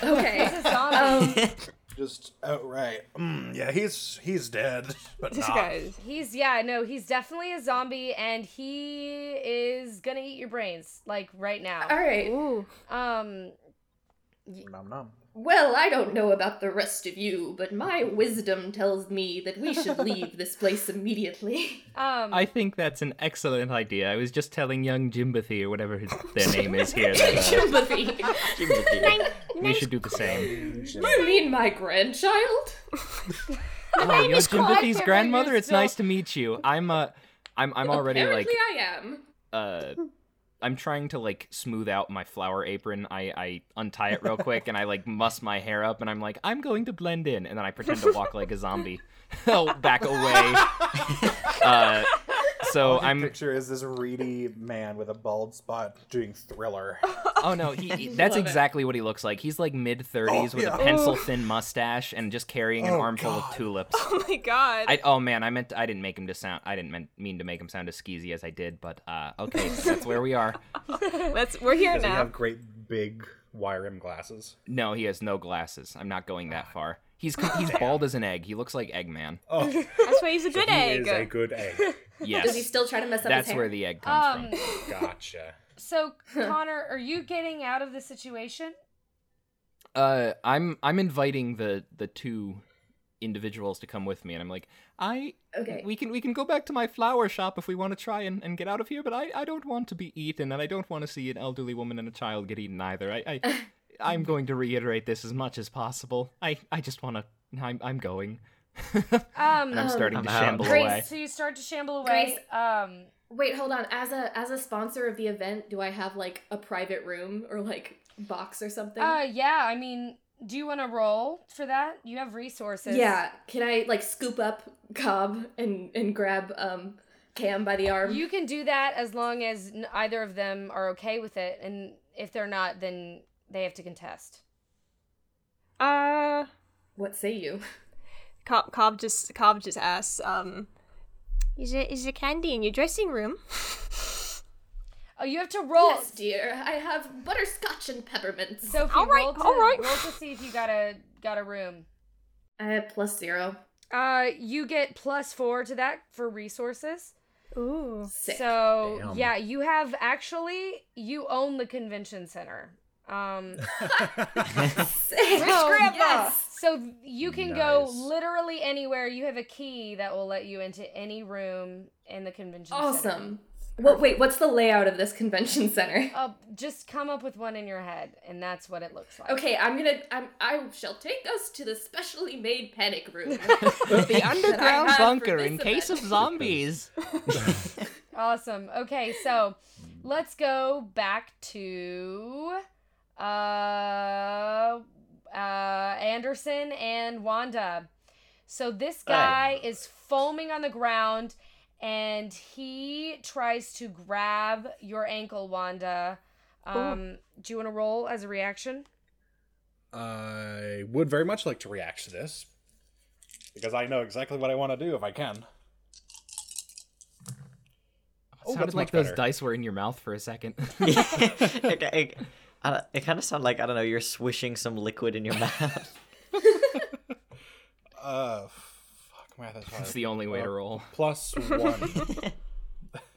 Speaker 6: Okay.
Speaker 1: He's a zombie.
Speaker 8: Just outright. Mm, yeah, he's he's dead, but
Speaker 5: this
Speaker 8: not.
Speaker 5: guy.
Speaker 1: He's yeah, no, he's definitely a zombie and he is going to eat your brains like right now.
Speaker 6: All right.
Speaker 5: Ooh.
Speaker 1: Um
Speaker 8: Nom, nom.
Speaker 6: Well, I don't know about the rest of you, but my wisdom tells me that we should leave this place immediately.
Speaker 1: um
Speaker 2: I think that's an excellent idea. I was just telling young Jimbothy or whatever his, their name is here that uh,
Speaker 6: Timothy,
Speaker 2: we should do the same.
Speaker 6: you mean my grandchild?
Speaker 2: Oh, you're
Speaker 1: I
Speaker 2: Jimbothy's
Speaker 1: can't
Speaker 2: grandmother.
Speaker 1: believe
Speaker 2: It's nice to meet you. I'm uh, I'm I'm already like
Speaker 6: Apparently, I am.
Speaker 2: uh, I'm trying to like smooth out my flower apron. I I untie it real quick and I like muss my hair up and I'm like I'm going to blend in and then I pretend to walk like a zombie. oh, back away. uh, so I'm
Speaker 8: Picture is this reedy man with a bald spot doing thriller.
Speaker 2: Oh no, he, he- that's exactly what he looks like. He's like mid thirties
Speaker 8: Oh,
Speaker 2: with
Speaker 8: yeah.
Speaker 2: a pencil thin mustache and just carrying an
Speaker 8: Oh,
Speaker 2: armful
Speaker 8: God.
Speaker 2: of tulips.
Speaker 5: Oh my god.
Speaker 2: I, oh man, I meant to- I didn't make him to sound I didn't mean, mean to make him sound as skeezy as I did, but uh, okay, so that's where we are.
Speaker 5: Let's we're here
Speaker 3: Does he
Speaker 5: now.
Speaker 3: have great big wire rim glasses?
Speaker 2: No, he has no glasses. I'm not going that far. He's com- he's bald as an egg. He looks like Eggman.
Speaker 3: Oh,
Speaker 5: That's why he's a good
Speaker 3: he
Speaker 5: egg.
Speaker 3: is a good egg.
Speaker 6: Does he
Speaker 2: Yes,
Speaker 6: still try to mess up his
Speaker 2: that's
Speaker 6: hair? Oh,
Speaker 2: where the egg comes
Speaker 1: Um,
Speaker 2: from.
Speaker 3: Gotcha.
Speaker 1: so Connor, are you getting out of the situation?
Speaker 2: uh i'm i'm inviting the the two individuals to come with me and i'm like i
Speaker 6: Okay.
Speaker 2: we can we can go back to my flower shop if we want to try and, and get out of here but i i don't want to be eaten and i don't want to see an elderly woman and a child get eaten either i i i'm going to reiterate this as much as possible i i just want to i'm i'm going
Speaker 1: Um
Speaker 2: and i'm starting
Speaker 4: I'm
Speaker 2: to
Speaker 4: out.
Speaker 2: shamble
Speaker 6: Grace.
Speaker 2: away
Speaker 1: so you start to shamble away.
Speaker 6: Grace.
Speaker 1: Um
Speaker 6: Wait, hold on. As a as a sponsor of the event, do I have like a private room or like box or something?
Speaker 1: uh yeah, I mean, do you want to roll for that? You have resources.
Speaker 6: yeah. Can I like scoop up Cobb and and grab um Cam by the arm?
Speaker 1: You can do that as long as n- either of them are okay with it, and if they're not, then they have to contest.
Speaker 5: Uh
Speaker 6: What say you?
Speaker 5: Cobb, Cobb just Cobb just asks, um, "Is there is there candy in your dressing room?"
Speaker 1: Oh, you have to roll.
Speaker 6: Yes, dear. I have butterscotch and peppermints.
Speaker 1: So if you
Speaker 5: All right,
Speaker 1: roll to,
Speaker 5: all right.
Speaker 1: roll to see if you got a got a room.
Speaker 6: uh, plus zero.
Speaker 1: Uh, you get plus four to that for resources.
Speaker 5: Ooh,
Speaker 6: Sick.
Speaker 1: So
Speaker 3: Damn.
Speaker 1: yeah, you have actually you own the convention center. Um,
Speaker 6: Sick.
Speaker 1: so,
Speaker 5: grandpa!
Speaker 1: Oh, So you can go
Speaker 3: Nice.
Speaker 1: literally anywhere. You have a key that will let you into any room in the convention. center.
Speaker 6: Awesome. What, wait, what's the layout of this convention center?
Speaker 1: Uh, just come up with one in your head, and that's what it looks like.
Speaker 6: Okay, I'm gonna. I'm, I shall take us to the specially made panic room.
Speaker 7: The
Speaker 6: underground
Speaker 7: underground
Speaker 6: had for
Speaker 7: bunker in
Speaker 6: this
Speaker 7: case of
Speaker 6: event.
Speaker 7: zombies.
Speaker 1: Awesome. Okay, so let's go back to uh, uh, Anderson and Wanda. So this guy is foaming on the ground and he tries to grab your ankle, Wanda. Um, do you want to roll as a reaction?
Speaker 3: I would very much like to react to this because I know exactly what I want to do if I can. Oh,
Speaker 7: Sounded
Speaker 3: that's
Speaker 7: like
Speaker 3: much
Speaker 7: those
Speaker 3: better.
Speaker 7: dice were in your mouth for a second.
Speaker 4: it it, I don't- it kind of sounded like I don't know. You're swishing some liquid in your mouth.
Speaker 3: Uh, fuck, math is hard.
Speaker 7: It's the only way to roll.
Speaker 3: Plus one.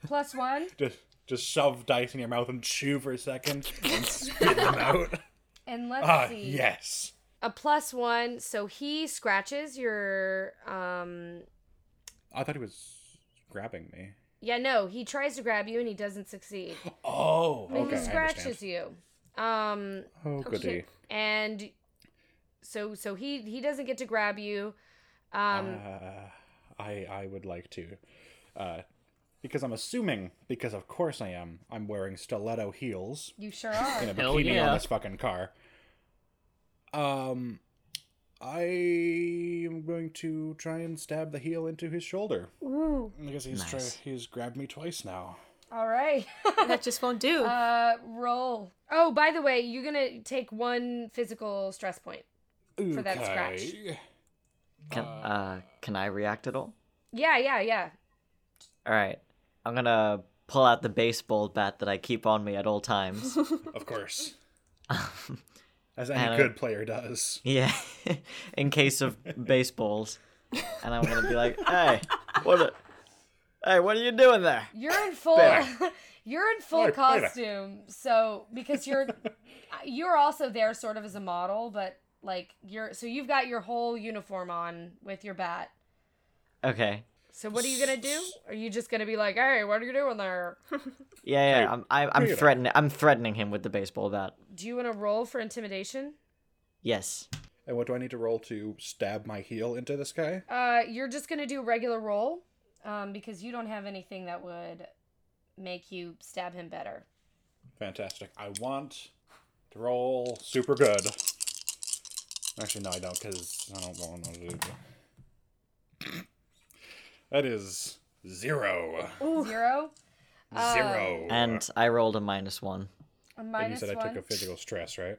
Speaker 1: Plus one,
Speaker 3: just, just shove dice in your mouth and chew for a second and spit them out.
Speaker 1: and let's
Speaker 3: Ah,
Speaker 1: see.
Speaker 3: yes.
Speaker 1: A plus one, so he scratches your um,
Speaker 3: I thought he was grabbing me.
Speaker 1: Yeah, no, he tries to grab you and he doesn't succeed.
Speaker 3: Oh,
Speaker 1: But
Speaker 3: okay.
Speaker 1: he scratches you. Um
Speaker 3: Oh, goody.
Speaker 1: and so so he he doesn't get to grab you. Um
Speaker 3: Uh, I I would like to, uh, because I'm assuming because of course I am. I'm wearing stiletto heels
Speaker 1: you sure are.
Speaker 3: in a
Speaker 7: Hell
Speaker 3: bikini
Speaker 7: yeah.
Speaker 3: on this fucking car. Um, I am going to try and stab the heel into his shoulder
Speaker 5: Ooh,
Speaker 3: because he's try-
Speaker 4: Nice.
Speaker 3: he's grabbed me twice now.
Speaker 1: All right.
Speaker 5: that just won't do.
Speaker 1: uh roll. Oh, by the way, you're going to take one physical stress point.
Speaker 3: For
Speaker 1: that scratch.
Speaker 4: Can uh, can I react at all?
Speaker 1: Yeah, yeah, yeah.
Speaker 4: All right, I'm gonna pull out the baseball bat that I keep on me at all times.
Speaker 3: Of course. As any
Speaker 4: And-
Speaker 3: good player does.
Speaker 4: yeah, in case of baseballs, and I'm gonna be like, hey, what? A- hey, what are you doing there?
Speaker 1: You're in full You're in full
Speaker 3: Right, right.
Speaker 1: costume. So because you're you're also there sort of as a model, but like you're so you've got your whole uniform on with your bat.
Speaker 4: Okay.
Speaker 1: So what are you gonna do? Are you just gonna be like, hey, what are you doing there?
Speaker 4: Yeah, yeah. I'm, I, I'm
Speaker 3: Peter.
Speaker 4: threatening. I'm threatening him with the baseball bat.
Speaker 1: Do you want to roll for intimidation?
Speaker 4: Yes.
Speaker 3: And what do I need to roll to stab my heel into this guy?
Speaker 1: Uh, you're just gonna do a regular roll, um, because you don't have anything that would make you stab him better.
Speaker 3: Fantastic. I want to roll super good. Actually, no, I don't, because I don't want to do. That is zero.
Speaker 1: Zero, Uh,
Speaker 3: Zero.
Speaker 4: And I rolled a minus one.
Speaker 1: a
Speaker 3: and you
Speaker 1: minus
Speaker 3: said I
Speaker 1: one.
Speaker 3: took a physical stress, right?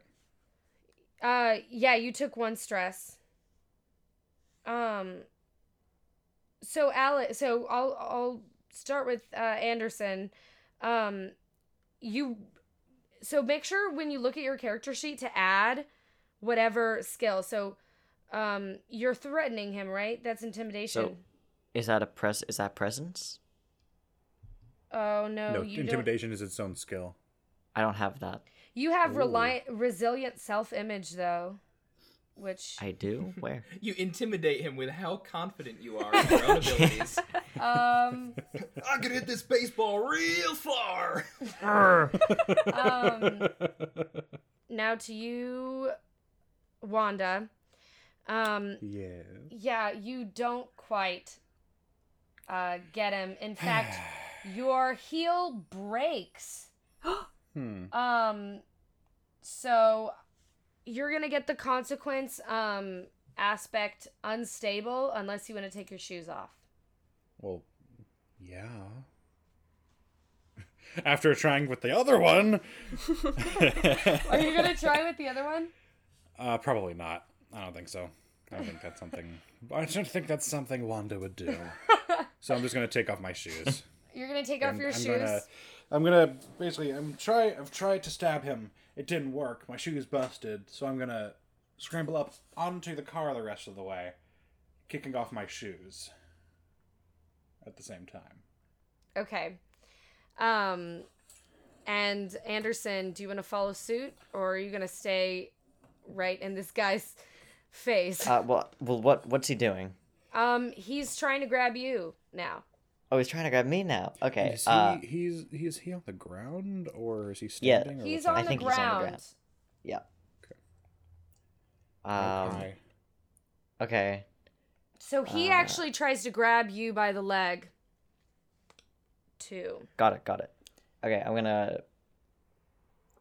Speaker 1: Uh, yeah, you took one stress. Um. So Alex, so I'll I'll start with uh, Anderson. Um, you, so make sure when you look at your character sheet to add whatever skill. So, um, you're threatening him, right? That's intimidation.
Speaker 4: Is that a press? Is that presence?
Speaker 1: oh no,
Speaker 3: no,
Speaker 1: you don't.
Speaker 3: intimidation is its own skill.
Speaker 4: I don't have that.
Speaker 1: You have reliant, resilient self-image though, which
Speaker 4: I do. Where?
Speaker 7: You intimidate him with how confident you are in your own abilities.
Speaker 1: um.
Speaker 7: I can hit this baseball real far.
Speaker 1: um, now to you, Wanda. Um,
Speaker 3: Yeah.
Speaker 1: yeah, you don't quite uh, get him. In fact, your heel breaks.
Speaker 3: Hmm.
Speaker 1: Um, so you're gonna get the consequence um, aspect unstable unless you want to take your shoes off.
Speaker 3: Well, yeah. After trying with the other one,
Speaker 1: Are you gonna try with the other one?
Speaker 3: Uh, probably not. I don't think so. I don't think that's something. I don't think that's something Wanda would do. so I'm just gonna take off my shoes.
Speaker 1: You're gonna take off
Speaker 3: I'm-
Speaker 1: your
Speaker 3: I'm
Speaker 1: shoes.
Speaker 3: Gonna, I'm gonna basically. I'm try. I've tried to stab him. It didn't work. My shoe's busted. So I'm gonna scramble up onto the car the rest of the way, kicking off my shoes. At the same time.
Speaker 1: Okay. Um and Anderson, do you want to follow suit or are you going to stay right in this guy's face?
Speaker 4: Uh, well, well, what? What's he doing?
Speaker 1: um he's trying to grab you now.
Speaker 4: Oh, he's trying to grab me now. Okay.
Speaker 8: Is
Speaker 4: uh,
Speaker 8: he he's he is he on the ground or is he
Speaker 4: Yeah.
Speaker 8: standing? or
Speaker 1: He's
Speaker 8: what's
Speaker 1: on,
Speaker 4: I
Speaker 1: the
Speaker 4: think he's on the
Speaker 1: ground.
Speaker 4: ground. yeah.
Speaker 8: happening?
Speaker 4: Um,
Speaker 8: Okay.
Speaker 4: okay.
Speaker 1: So he
Speaker 4: Uh,
Speaker 1: actually tries to grab you by the leg. Too.
Speaker 4: Got it. Got it. Okay. I'm gonna.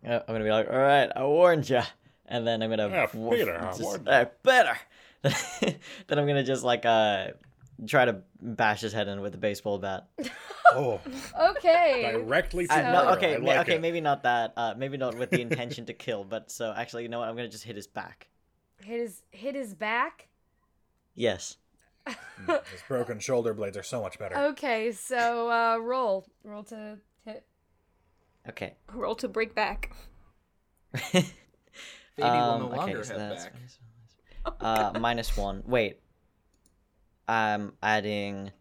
Speaker 4: uh, I'm gonna be like, all right, I warned ya, and then I'm gonna.
Speaker 8: Yeah,
Speaker 4: w-
Speaker 8: Peter, I warned ya."
Speaker 4: "Uh, better. then I'm gonna just like uh, try to bash his head in with a baseball bat.
Speaker 8: Oh,
Speaker 1: Okay.
Speaker 8: directly to
Speaker 4: Uh, no,
Speaker 8: murder.
Speaker 4: okay,
Speaker 8: I
Speaker 4: ma-
Speaker 8: like
Speaker 4: okay,
Speaker 8: it.
Speaker 4: maybe not that. Uh, maybe not with the intention to kill, but so actually, you know what? I'm gonna just hit his back.
Speaker 1: hit his hit his back.
Speaker 4: Yes.
Speaker 3: His broken shoulder blades are so much better.
Speaker 1: Okay, so uh roll. Roll to hit.
Speaker 4: Okay.
Speaker 5: Roll to break back.
Speaker 7: Baby
Speaker 4: Um,
Speaker 7: will no
Speaker 4: okay,
Speaker 7: longer
Speaker 4: so
Speaker 7: have
Speaker 4: that's
Speaker 7: back.
Speaker 4: minus one, minus one. Uh, minus one. Wait. I'm adding.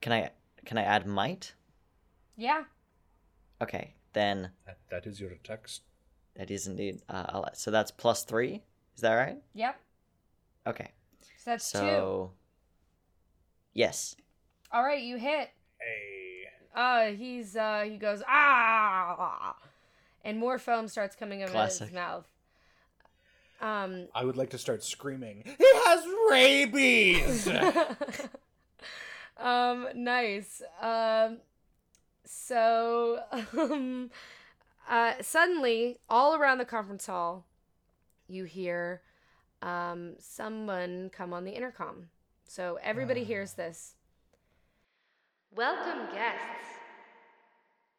Speaker 4: Can I can I add might?
Speaker 1: Yeah.
Speaker 4: Okay, then
Speaker 8: That, that is your text.
Speaker 4: that is indeed. Uh, I'll, so that's plus three. Is that right?
Speaker 1: Yep.
Speaker 4: Okay.
Speaker 1: So that's two.
Speaker 4: So. Yes.
Speaker 1: All right, you hit. Hey. Uh he's uh he goes ah and more foam starts coming out of his
Speaker 4: Classic.
Speaker 1: mouth. Um
Speaker 3: I would like to start screaming. He has rabies. Uh,
Speaker 1: um nice um so um uh suddenly all around the conference hall you hear um someone come on the intercom so everybody hears this welcome guests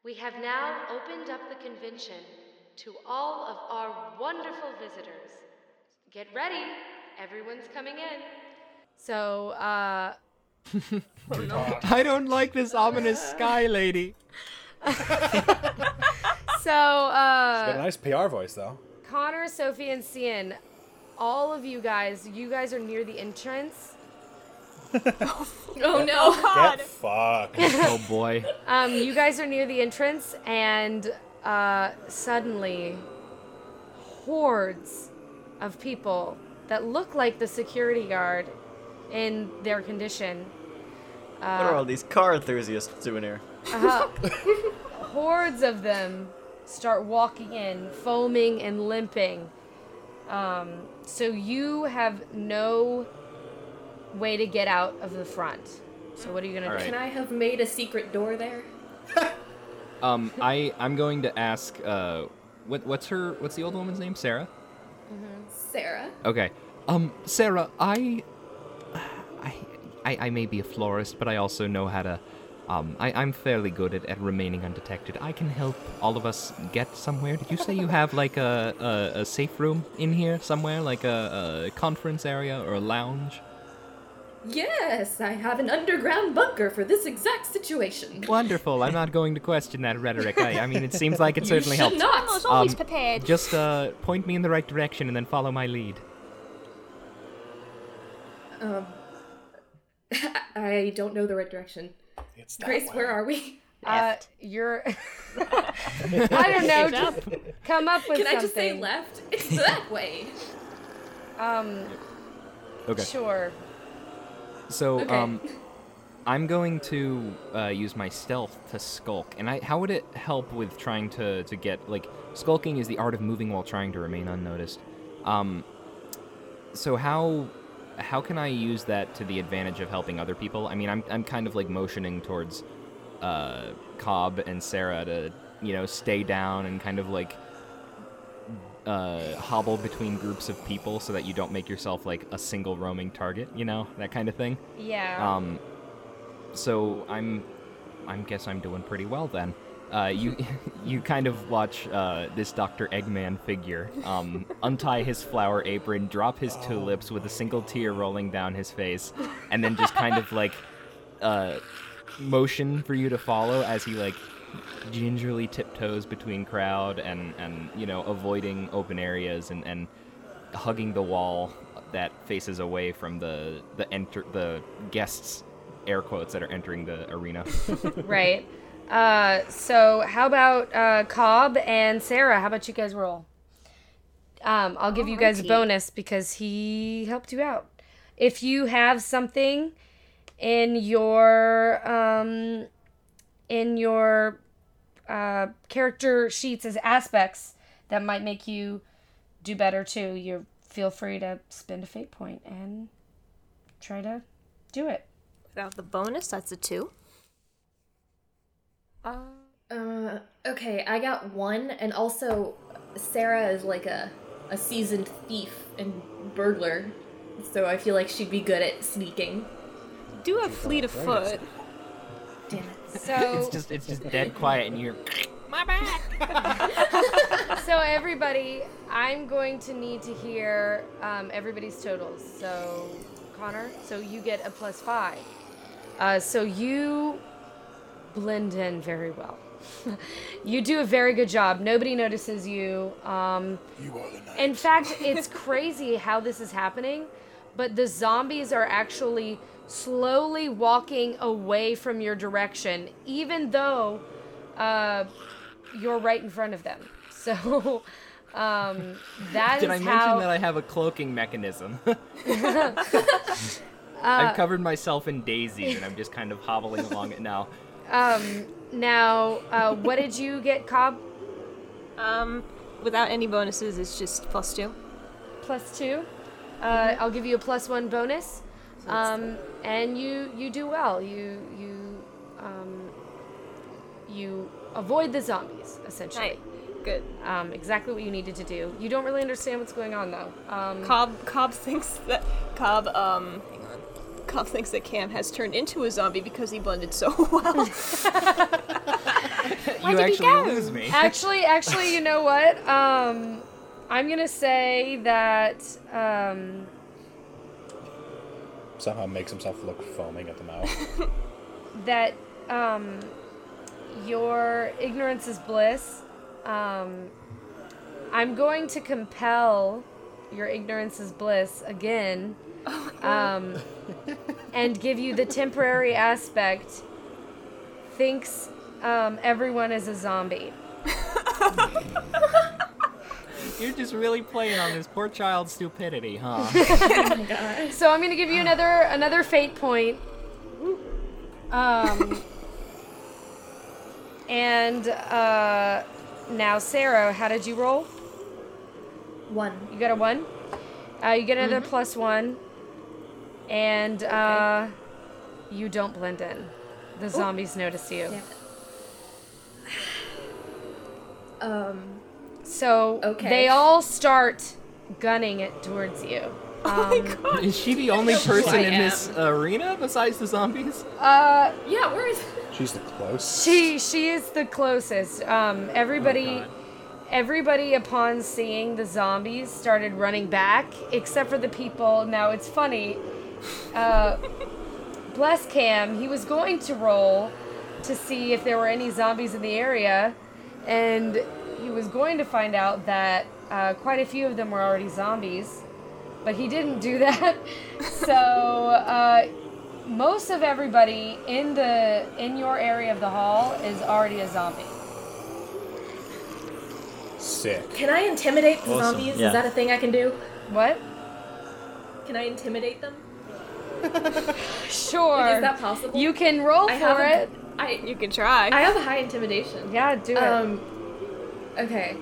Speaker 1: we have now opened up the convention to all of our wonderful visitors get ready everyone's coming in so uh
Speaker 2: I don't like this ominous sky lady.
Speaker 1: So,
Speaker 3: Got a
Speaker 1: uh,
Speaker 3: nice PR voice though.
Speaker 1: Connor, Sophie, and Cian, all of you guys, you guys are near the entrance.
Speaker 6: Oh no.
Speaker 3: Get fucked.
Speaker 2: Oh boy.
Speaker 1: Um, you guys are near the entrance, and uh, suddenly, hordes of people that look like the security guard in their condition, uh,
Speaker 4: what are all these car enthusiasts doing here?
Speaker 1: Uh-huh. hordes of them start walking in, foaming and limping. Um, so you have no way to get out of the front. So what are you gonna do?
Speaker 7: All right.
Speaker 6: Can I have made a secret door there?
Speaker 2: Um, I I'm going to ask. Uh, what what's her what's the old woman's name? Sarah.
Speaker 6: Sarah.
Speaker 2: Okay. Um, Sarah, I, I, I, I may be a florist, but I also know how to. Um, I, I'm fairly good at, at remaining undetected. I can help all of us get somewhere. Did you say you have like a, a, a safe room in here somewhere, like a, a conference area or a lounge?
Speaker 6: Yes, I have an underground bunker for this exact situation.
Speaker 2: Wonderful. I'm not going to question that rhetoric. I, I mean, it seems like it certainly
Speaker 6: Should
Speaker 2: helps.
Speaker 6: not.
Speaker 5: always
Speaker 2: Um,
Speaker 5: prepared.
Speaker 2: Just uh, point me in the right direction and then follow my lead.
Speaker 6: I don't know the right direction.
Speaker 3: It's
Speaker 6: Grace, where are we?
Speaker 1: Uh, you're. I don't know. Just come up with
Speaker 6: Can
Speaker 1: something.
Speaker 6: I just say left? It's that way.
Speaker 1: Um,
Speaker 2: Okay.
Speaker 1: sure.
Speaker 2: So,
Speaker 6: Okay.
Speaker 2: um, I'm going to uh, use my stealth to skulk, and I how would it help with trying to to get like skulking is the art of moving while trying to remain unnoticed. Um, so how how can I use that to the advantage of helping other people? I mean, I'm I'm kind of like motioning towards uh, Cobb and Sarah to you know stay down and kind of like uh, hobble between groups of people so that you don't make yourself like a single roaming target, you know, that kind of thing.
Speaker 1: Yeah.
Speaker 2: Um, so I'm, I guess I'm doing pretty well then. Uh, you, you kind of watch uh, this Dr. Eggman figure um, untie his flower apron, drop his tulips with a single tear rolling down his face, and then just kind of like uh, motion for you to follow as he like gingerly tiptoes between crowd and and you know avoiding open areas and and hugging the wall that faces away from the the enter the guests air quotes that are entering the arena.
Speaker 1: right. Uh, so how about uh, Cobb and Sarah? How about you guys roll? Um, I'll give you guys a bonus because he helped you out. If you have something in your um, in your uh, character sheets as aspects that might make you do better too. You feel free to spend a fate point and try to do it.
Speaker 5: Without the bonus, that's a two. Uh,
Speaker 6: Uh, okay, I got one, and also Sarah is like a a seasoned thief and burglar, so I feel like she'd be good at sneaking.
Speaker 5: do a fleet of foot.
Speaker 6: Damn it.
Speaker 1: So
Speaker 7: It's just it's just dead quiet and you're
Speaker 1: so everybody, I'm going to need to hear um, everybody's totals. So Connor, so you get a plus five. Uh, so you blend in very well. you do a very good job. Nobody notices you. Um, in fact, it's crazy how this is happening, but the zombies are actually slowly walking away from your direction, even though uh, you're right in front of them. So um, that is
Speaker 7: Did I mention
Speaker 1: how.
Speaker 7: that I have a cloaking mechanism? Uh, I've covered myself in daisies and I'm just kind of hobbling along it now.
Speaker 1: Now, uh, what did you get, Cobb?
Speaker 5: Um, without any bonuses, it's just plus two.
Speaker 1: Plus two. Uh, I'll give you a plus one bonus, um, and you you do well. You you um, you avoid the zombies essentially.
Speaker 5: Right. Good.
Speaker 1: um, exactly what you needed to do. You don't really understand what's going on though. Um,
Speaker 5: Cobb Cobb thinks that Cobb um hang on. Cobb thinks that Cam has turned into a zombie because he blended so well.
Speaker 7: you
Speaker 5: did he
Speaker 7: actually
Speaker 5: go?
Speaker 7: lose me.
Speaker 1: actually, actually, you know what? Um, I'm gonna say that. Um,
Speaker 8: Somehow makes himself look foaming at the mouth.
Speaker 1: that um, your ignorance is bliss. Um, I'm going to compel your ignorance is bliss again, um, and give you the temporary aspect. Thinks um, everyone is a zombie.
Speaker 7: You're just really playing on this poor child's stupidity, huh?
Speaker 1: So I'm gonna give you another another fate point. Um, and uh, now Sarah, how did you roll?
Speaker 6: One. Mm-hmm.
Speaker 1: You got a one. Uh, you get another plus one, and uh, you don't blend in. The zombies notice you.
Speaker 6: Damn it. Um.
Speaker 1: So
Speaker 6: Okay.
Speaker 1: they all start gunning it towards you. Um,
Speaker 7: Is she the only person
Speaker 6: I
Speaker 7: in
Speaker 6: am.
Speaker 7: this arena besides the zombies?
Speaker 1: uh,
Speaker 6: Yeah. Where is?
Speaker 8: She's the close.
Speaker 1: She she is the closest. Um, everybody,
Speaker 7: God.
Speaker 1: everybody upon seeing the zombies started running back, except for the people. Now it's funny. Uh, bless Cam. He was going to roll to see if there were any zombies in the area, and he was going to find out that uh, quite a few of them were already zombies, but he didn't do that. so. Uh, most of everybody in the in your area of the hall is already a zombie.
Speaker 8: Sick.
Speaker 6: Can I intimidate the
Speaker 4: Awesome,
Speaker 6: zombies?
Speaker 4: yeah.
Speaker 6: Is that a thing I can do?
Speaker 1: What?
Speaker 6: Can I intimidate them?
Speaker 1: Sure.
Speaker 6: Like, is that possible?
Speaker 1: You can roll
Speaker 6: I
Speaker 1: for it.
Speaker 6: haven't- I
Speaker 5: you can try.
Speaker 6: I have a high intimidation.
Speaker 1: Yeah, do it.
Speaker 6: Um. Okay.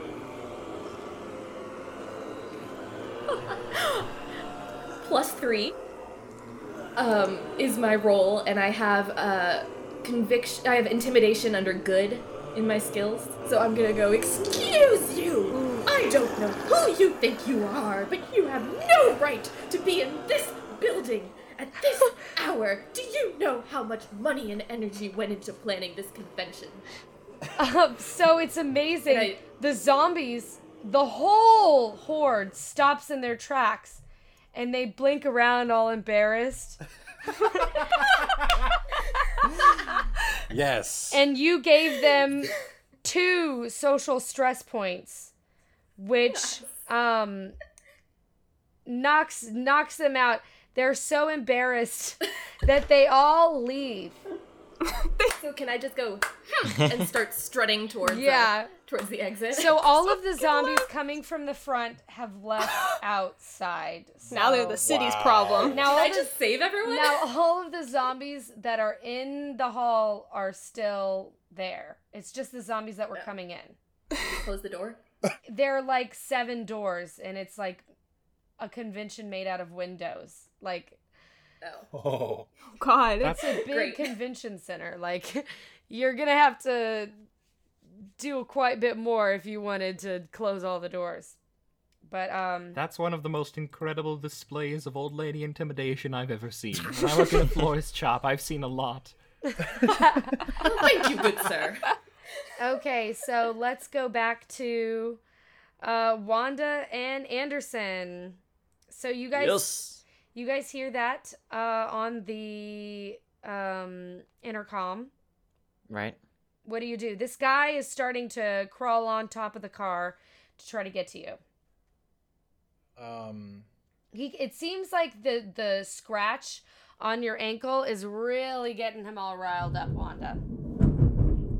Speaker 6: Plus three. Um, is my roll, and I have uh, conviction. I have intimidation under good in my skills, so I'm gonna go. Excuse you. I don't know who you think you are, but you have no right to be in this building at this hour. Do you know how much money and energy went into planning this convention?
Speaker 1: Um, so it's amazing.
Speaker 6: Right.
Speaker 1: The zombies, the whole horde stops in their tracks and they blink around all embarrassed.
Speaker 8: Yes.
Speaker 1: And you gave them two social stress points, which um knocks knocks them out. They're so embarrassed that they all leave.
Speaker 6: So can I just go "Hmm," and start strutting towards
Speaker 1: Yeah.
Speaker 6: the, towards the exit?
Speaker 1: So all of the zombies coming from the front have left outside.
Speaker 5: Now they're
Speaker 1: so-
Speaker 5: the city's problem.
Speaker 1: Now all
Speaker 6: I
Speaker 1: the-
Speaker 6: just save everyone?
Speaker 1: now all of the zombies that are in the hall are still there. It's just the zombies that were coming in.
Speaker 6: Close the door.
Speaker 1: There are like seven doors, and it's like a convention made out of windows. Like
Speaker 6: Oh.
Speaker 3: Oh,
Speaker 5: Oh, God,
Speaker 1: it's a big
Speaker 6: Great.
Speaker 1: convention center. Like you're gonna have to do quite a bit more if you wanted to close all the doors. But um,
Speaker 7: That's one of the most incredible displays of old lady intimidation I've ever seen. When I work in a florist shop, I've seen a lot.
Speaker 6: Oh, thank you, good sir.
Speaker 1: okay, so let's go back to uh, Wanda and Anderson. So you guys,
Speaker 4: Yes.
Speaker 1: you guys hear that uh, on the um, intercom?
Speaker 4: Right.
Speaker 1: What do you do? This guy is starting to crawl on top of the car to try to get to you.
Speaker 3: um,
Speaker 1: He, it seems like the the scratch on your ankle is really getting him all riled up, Wanda.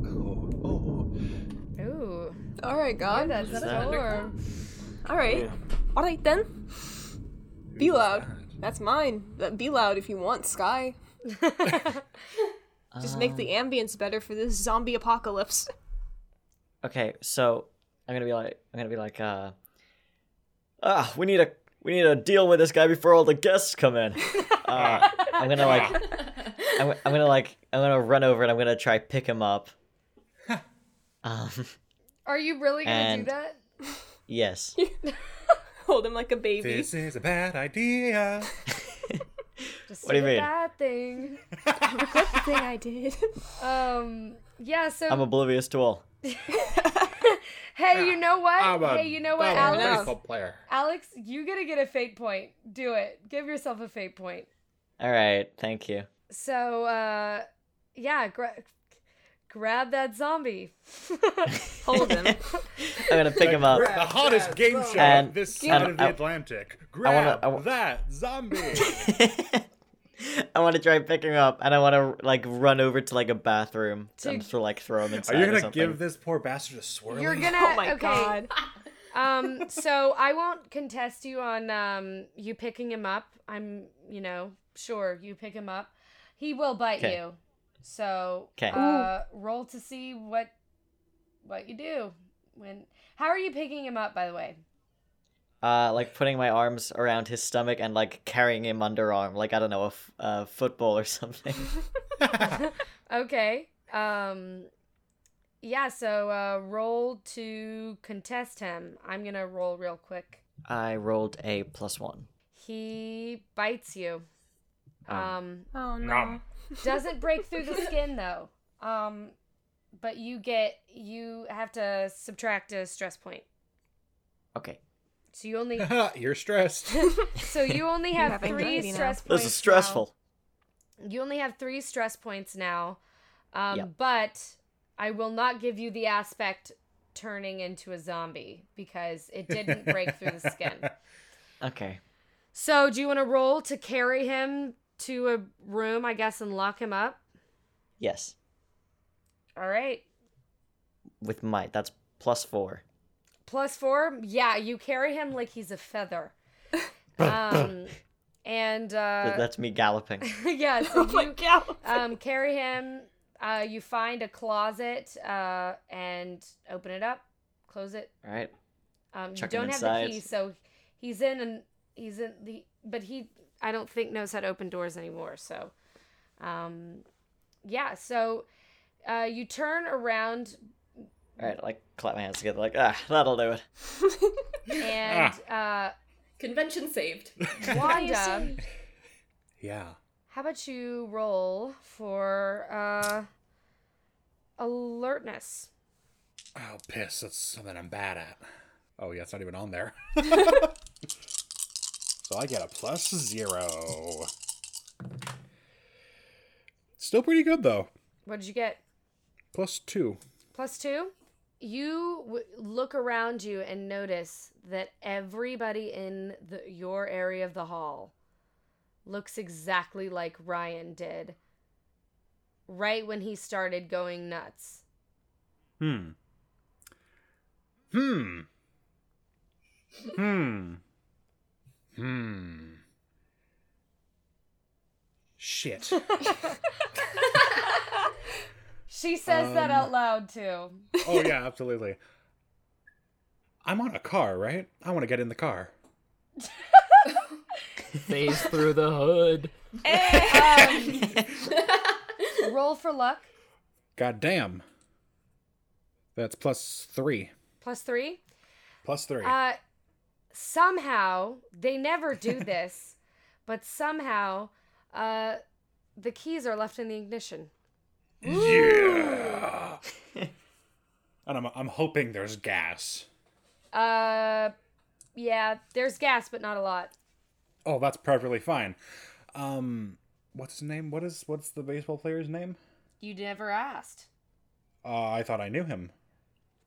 Speaker 3: oh, oh.
Speaker 1: Ooh,
Speaker 5: all right, God.
Speaker 1: that's
Speaker 4: that a
Speaker 1: storm.
Speaker 5: All right, all right then. Be loud. That's mine. That- Be loud if you want, Sky. Just make the ambience better for this zombie apocalypse.
Speaker 4: Okay, so I'm gonna be like, I'm gonna be like, uh, ah, we need a, we need a deal with this guy before all the guests come in. Uh, I'm gonna like, I'm, I'm gonna like, I'm gonna run over and I'm gonna try pick him up. um,
Speaker 1: Are you really gonna
Speaker 4: And-
Speaker 1: do that?
Speaker 4: yes.
Speaker 5: Hold him like a baby.
Speaker 8: This is a bad idea.
Speaker 1: Just
Speaker 4: What do
Speaker 1: did
Speaker 4: you
Speaker 1: a
Speaker 4: mean?
Speaker 1: Bad thing.
Speaker 5: the thing I did.
Speaker 1: Um. Yeah. So
Speaker 4: I'm oblivious to all.
Speaker 1: hey, you know what?
Speaker 3: I'm a-
Speaker 1: hey, you know what,
Speaker 3: I'm a
Speaker 1: Alex?
Speaker 3: baseball player.
Speaker 1: Alex, you gonna get a fate point. Do it. Give yourself a fate point.
Speaker 4: All right, thank you.
Speaker 1: So, uh, yeah, gra- grab that zombie.
Speaker 5: Hold him.
Speaker 4: I'm gonna pick him up.
Speaker 3: The hottest game show
Speaker 4: And-
Speaker 3: on this
Speaker 4: and
Speaker 3: side of the
Speaker 4: I-
Speaker 3: Atlantic.
Speaker 4: wanna-
Speaker 3: Grab
Speaker 4: I wa-
Speaker 3: that zombie.
Speaker 4: I want to try picking him up, and I want to like run over to like a bathroom and sort of like throw him inside.
Speaker 3: Are you
Speaker 4: or
Speaker 3: gonna
Speaker 4: something.
Speaker 3: give this poor bastard a swirl?
Speaker 1: You're gonna.
Speaker 5: Oh my
Speaker 1: okay.
Speaker 5: God.
Speaker 1: Um. So I won't contest you on um you picking him up. I'm. You know. Sure. You pick him up. He will bite
Speaker 4: 'Kay.
Speaker 1: you. So.
Speaker 4: 'Kay.
Speaker 1: Uh, roll to see what. What you do when? How are you picking him up? By the way.
Speaker 4: Uh, like putting my arms around his stomach and like carrying him underarm, like I don't know, a f- a football or something.
Speaker 1: Okay. Um. Yeah. So uh, roll to contest him. I'm gonna roll real quick.
Speaker 4: I rolled a plus one.
Speaker 1: He bites you. Um,
Speaker 5: Oh no.
Speaker 1: doesn't break through the skin though. Um, but you get you have to subtract a stress point.
Speaker 4: Okay.
Speaker 1: So you only
Speaker 3: You're stressed.
Speaker 1: so you only have,
Speaker 5: have
Speaker 1: three
Speaker 5: anxiety now.
Speaker 1: stress points.
Speaker 4: This is stressful.
Speaker 1: now. You only have three stress points now. Um,
Speaker 4: Yeah.
Speaker 1: but I will not give you the aspect turning into a zombie because it didn't break through the skin.
Speaker 4: Okay.
Speaker 1: So do you want to roll to carry him to a room, I guess, and lock him up?
Speaker 4: Yes.
Speaker 1: All right.
Speaker 4: With might. That's plus four.
Speaker 1: plus four yeah you carry him like he's a feather um and
Speaker 4: Th-
Speaker 1: uh
Speaker 4: that's me galloping.
Speaker 1: yeah
Speaker 5: Oh
Speaker 1: so
Speaker 5: my
Speaker 1: you
Speaker 5: God.
Speaker 1: um carry him uh you find a closet uh and open it up close it
Speaker 4: All right.
Speaker 1: um
Speaker 4: Chuck
Speaker 1: you
Speaker 4: him
Speaker 1: don't have
Speaker 4: inside.
Speaker 1: the key so he's in and he's in the but he i don't think knows how to open doors anymore so um yeah so uh you turn around
Speaker 4: All right. Like clap my hands together. Like ah, that'll do it.
Speaker 1: and uh
Speaker 6: Convention saved.
Speaker 1: wanda
Speaker 8: Yeah.
Speaker 1: How about you roll for uh alertness?
Speaker 8: Oh, piss. That's something I'm bad at. Oh, yeah, it's not even on there. so I get a plus zero. Still pretty good, though.
Speaker 1: What did you get?
Speaker 8: Plus two.
Speaker 1: Plus 2? You w- look around you and notice that everybody in the, your area of the hall looks exactly like Ryan did right when he started going nuts.
Speaker 3: Hmm. Hmm. Hmm.
Speaker 8: Hmm. Shit.
Speaker 9: She says that out loud too.
Speaker 8: oh yeah, absolutely. I'm on a car, right? I want to get in the car.
Speaker 7: Phase through the hood.
Speaker 9: Roll for luck.
Speaker 8: God damn. That's plus three.
Speaker 1: Plus three.
Speaker 8: Plus three.
Speaker 1: Uh, somehow they never do this, but somehow uh, the keys are left in the ignition.
Speaker 8: yeah. and I'm I'm hoping there's gas.
Speaker 1: Uh, yeah, there's gas, but not a lot.
Speaker 8: Oh, that's perfectly fine. Um, what's his name? What is what's the baseball player's name?
Speaker 9: You never asked.
Speaker 8: Uh, I thought I knew him,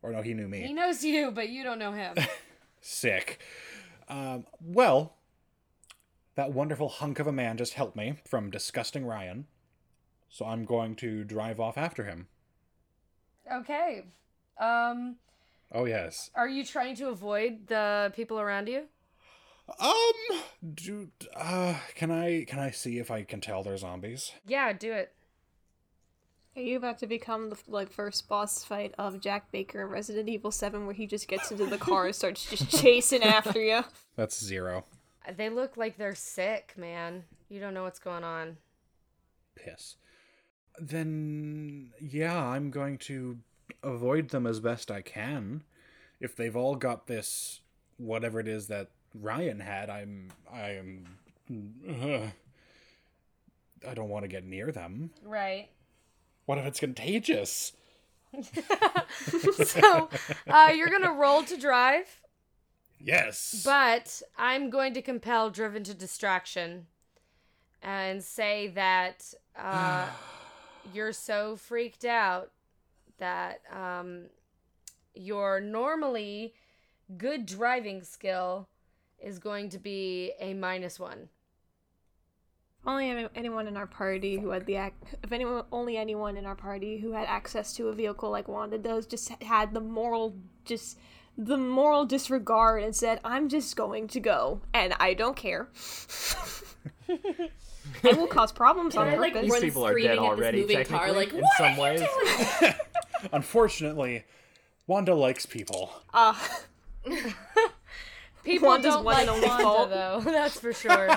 Speaker 8: or no, he knew me.
Speaker 9: He knows you, but you don't know him.
Speaker 8: Sick. Um, well, that wonderful hunk of a man just helped me from disgusting Ryan, so I'm going to drive off after him.
Speaker 9: Okay. Um,
Speaker 8: Oh yes.
Speaker 1: Are you trying to avoid the people around you?
Speaker 8: Um, do uh, can I can I see if I can tell they're zombies?
Speaker 1: Yeah, do it.
Speaker 5: Are you about to become the like first boss fight of Jack Baker in Resident Evil Seven, where he just gets into the car and starts just chasing after you?
Speaker 8: That's zero.
Speaker 1: They look like they're sick, man. You don't know what's going on.
Speaker 8: Piss. Then yeah, I'm going to avoid them as best I can. If they've all got this whatever it is that Ryan had, I'm I am ugh. I don't want to get near them.
Speaker 9: right.
Speaker 8: What if it's contagious?
Speaker 1: so uh, you're gonna roll to drive,
Speaker 8: Yes.
Speaker 1: but I'm going to compel driven to distraction, and say that uh, you're so freaked out that um, your normally good driving skill is going to be a minus one.
Speaker 5: Only any- anyone in our party who had the ac- if anyone only anyone in our party who had access to a vehicle like Wanda does just had the moral just the moral disregard and said, "I'm just going to go and I don't care." I will cause problems on
Speaker 6: I, like,
Speaker 5: purpose.
Speaker 6: run
Speaker 7: These people are
Speaker 6: screaming
Speaker 7: dead
Speaker 6: at this
Speaker 7: already,
Speaker 6: moving car,
Speaker 7: technically,
Speaker 6: like,
Speaker 7: in
Speaker 6: "What
Speaker 7: some
Speaker 6: are you
Speaker 7: ways.
Speaker 8: Unfortunately, Wanda likes people.
Speaker 5: Ah.
Speaker 1: People
Speaker 5: Wanda's
Speaker 1: don't
Speaker 5: one
Speaker 1: like
Speaker 5: and only
Speaker 1: Wanda
Speaker 5: fault.
Speaker 1: though. That's for sure.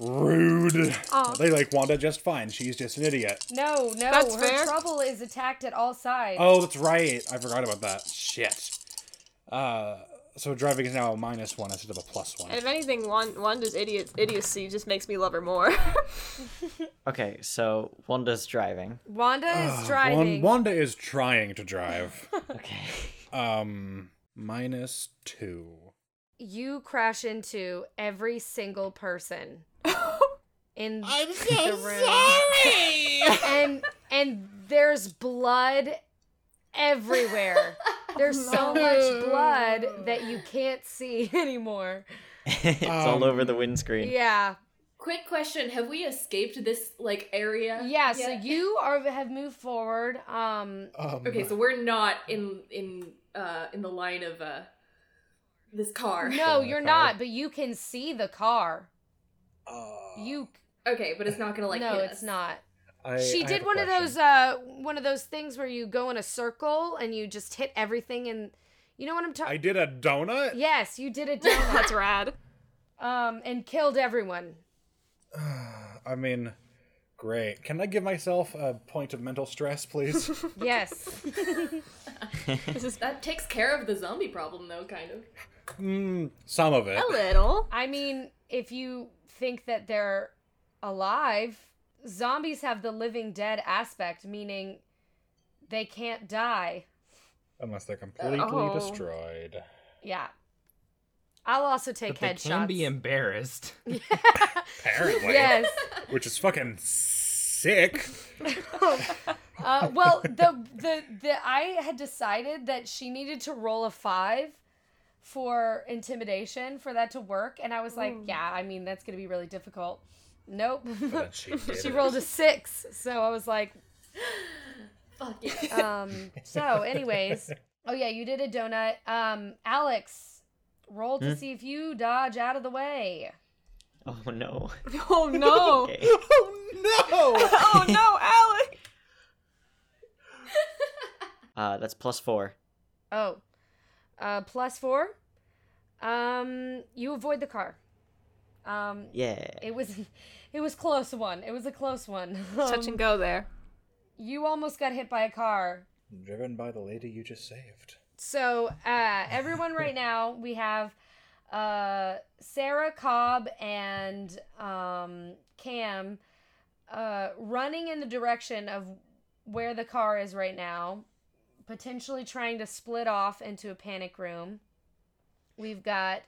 Speaker 8: Rude. They like Wanda just fine. She's just an idiot.
Speaker 1: No, no,
Speaker 5: That's
Speaker 1: her
Speaker 5: fair.
Speaker 1: trouble is attacked at all sides.
Speaker 8: Oh, that's right. I forgot about that. Shit. Uh, so driving is now a minus one instead of a plus one.
Speaker 5: And if anything, Wan- Wanda's idiot idiocy just makes me love her more.
Speaker 4: Okay, so Wanda's driving.
Speaker 1: Wanda is
Speaker 8: Wan-
Speaker 1: driving.
Speaker 8: Ah, Wanda is trying to drive.
Speaker 4: Okay.
Speaker 8: um, minus two.
Speaker 1: You crash into every single person in the room. and and there's blood everywhere. There's so much blood that you can't see anymore.
Speaker 4: it's all over the windscreen.
Speaker 1: Um, Yeah.
Speaker 6: Quick question: Have we escaped this like area?
Speaker 1: Yeah, so
Speaker 6: yet?
Speaker 1: you are have moved forward. Um
Speaker 8: Um,
Speaker 6: Okay, so we're not in in uh in the line of uh this car.
Speaker 1: no, you're not, but you can see the car. You
Speaker 6: Okay, but it's not gonna like
Speaker 1: no,
Speaker 6: hit
Speaker 1: it's
Speaker 6: us.
Speaker 1: not.
Speaker 8: I-
Speaker 1: She
Speaker 8: I have
Speaker 1: did
Speaker 8: a
Speaker 1: one of
Speaker 8: question.
Speaker 1: those uh one of those things where you go in a circle and you just hit everything and you know what I'm
Speaker 8: I
Speaker 1: talking.
Speaker 8: did a donut.
Speaker 1: Yes, you did a donut
Speaker 5: That's rad.
Speaker 1: um and killed everyone.
Speaker 8: I mean, great. Can I give myself a point of mental stress, please?
Speaker 1: Yes.
Speaker 6: That takes care of the zombie problem though, kind of.
Speaker 8: mm, some of
Speaker 6: Oh.
Speaker 8: it.
Speaker 5: A little.
Speaker 1: I mean, if you think that they're alive, zombies have the living dead aspect, meaning they can't die.
Speaker 8: Unless they're
Speaker 6: Uh.
Speaker 8: completely
Speaker 5: Oh.
Speaker 8: destroyed.
Speaker 1: Yeah. I'll also take
Speaker 7: But they
Speaker 1: headshots.
Speaker 7: can be embarrassed.
Speaker 8: Apparently.
Speaker 1: yes.
Speaker 8: Which is fucking sick.
Speaker 1: Uh, well, the, the the I had decided that she needed to roll a five for intimidation for that to work, and I was like, yeah, I mean that's gonna be really difficult. Nope,
Speaker 8: she did
Speaker 1: she
Speaker 8: it.
Speaker 1: rolled a six, so I was like,
Speaker 6: Fuck yeah.
Speaker 1: um. So, anyways, oh yeah, you did a donut. Um, Alex, roll to see if you dodge out of the way.
Speaker 4: Oh no.
Speaker 5: Oh no!
Speaker 4: Okay.
Speaker 8: Oh no!
Speaker 5: Oh no, Alec!
Speaker 4: Uh, that's plus four.
Speaker 1: Oh. Uh, plus four. Um, you avoid the car. Um,
Speaker 4: Yeah.
Speaker 1: it was, it was close one. It was a close one.
Speaker 5: Touch
Speaker 1: Um,
Speaker 5: and go there.
Speaker 1: You almost got hit by a car.
Speaker 8: Driven by the lady you just saved.
Speaker 1: So uh, everyone right now, we have uh, Sarah Cobb and um, Cam uh, running in the direction of where the car is right now, potentially trying to split off into a panic room. We've got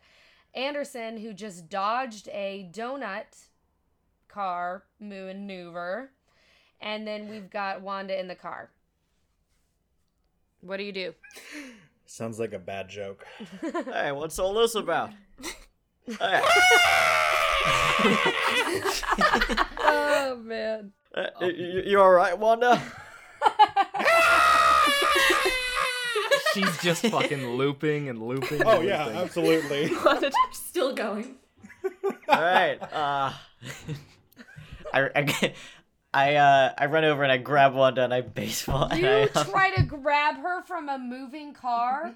Speaker 1: Anderson who just dodged a donut car maneuver, and then we've got Wanda in the car. What do you do?
Speaker 8: Sounds like a bad joke.
Speaker 4: Hey, what's all this about? Hey,
Speaker 1: Oh man.
Speaker 4: uh, y- y- you all right, Wanda?
Speaker 7: She's just fucking looping and looping.
Speaker 2: Oh
Speaker 7: and
Speaker 8: Uh,
Speaker 2: yeah,
Speaker 7: looping.
Speaker 2: absolutely.
Speaker 6: Still going.
Speaker 4: All right. Uh, I, I, I, uh, I run over and I grab Wanda and I baseball. and
Speaker 1: You
Speaker 4: I,
Speaker 1: try to grab her from a moving car?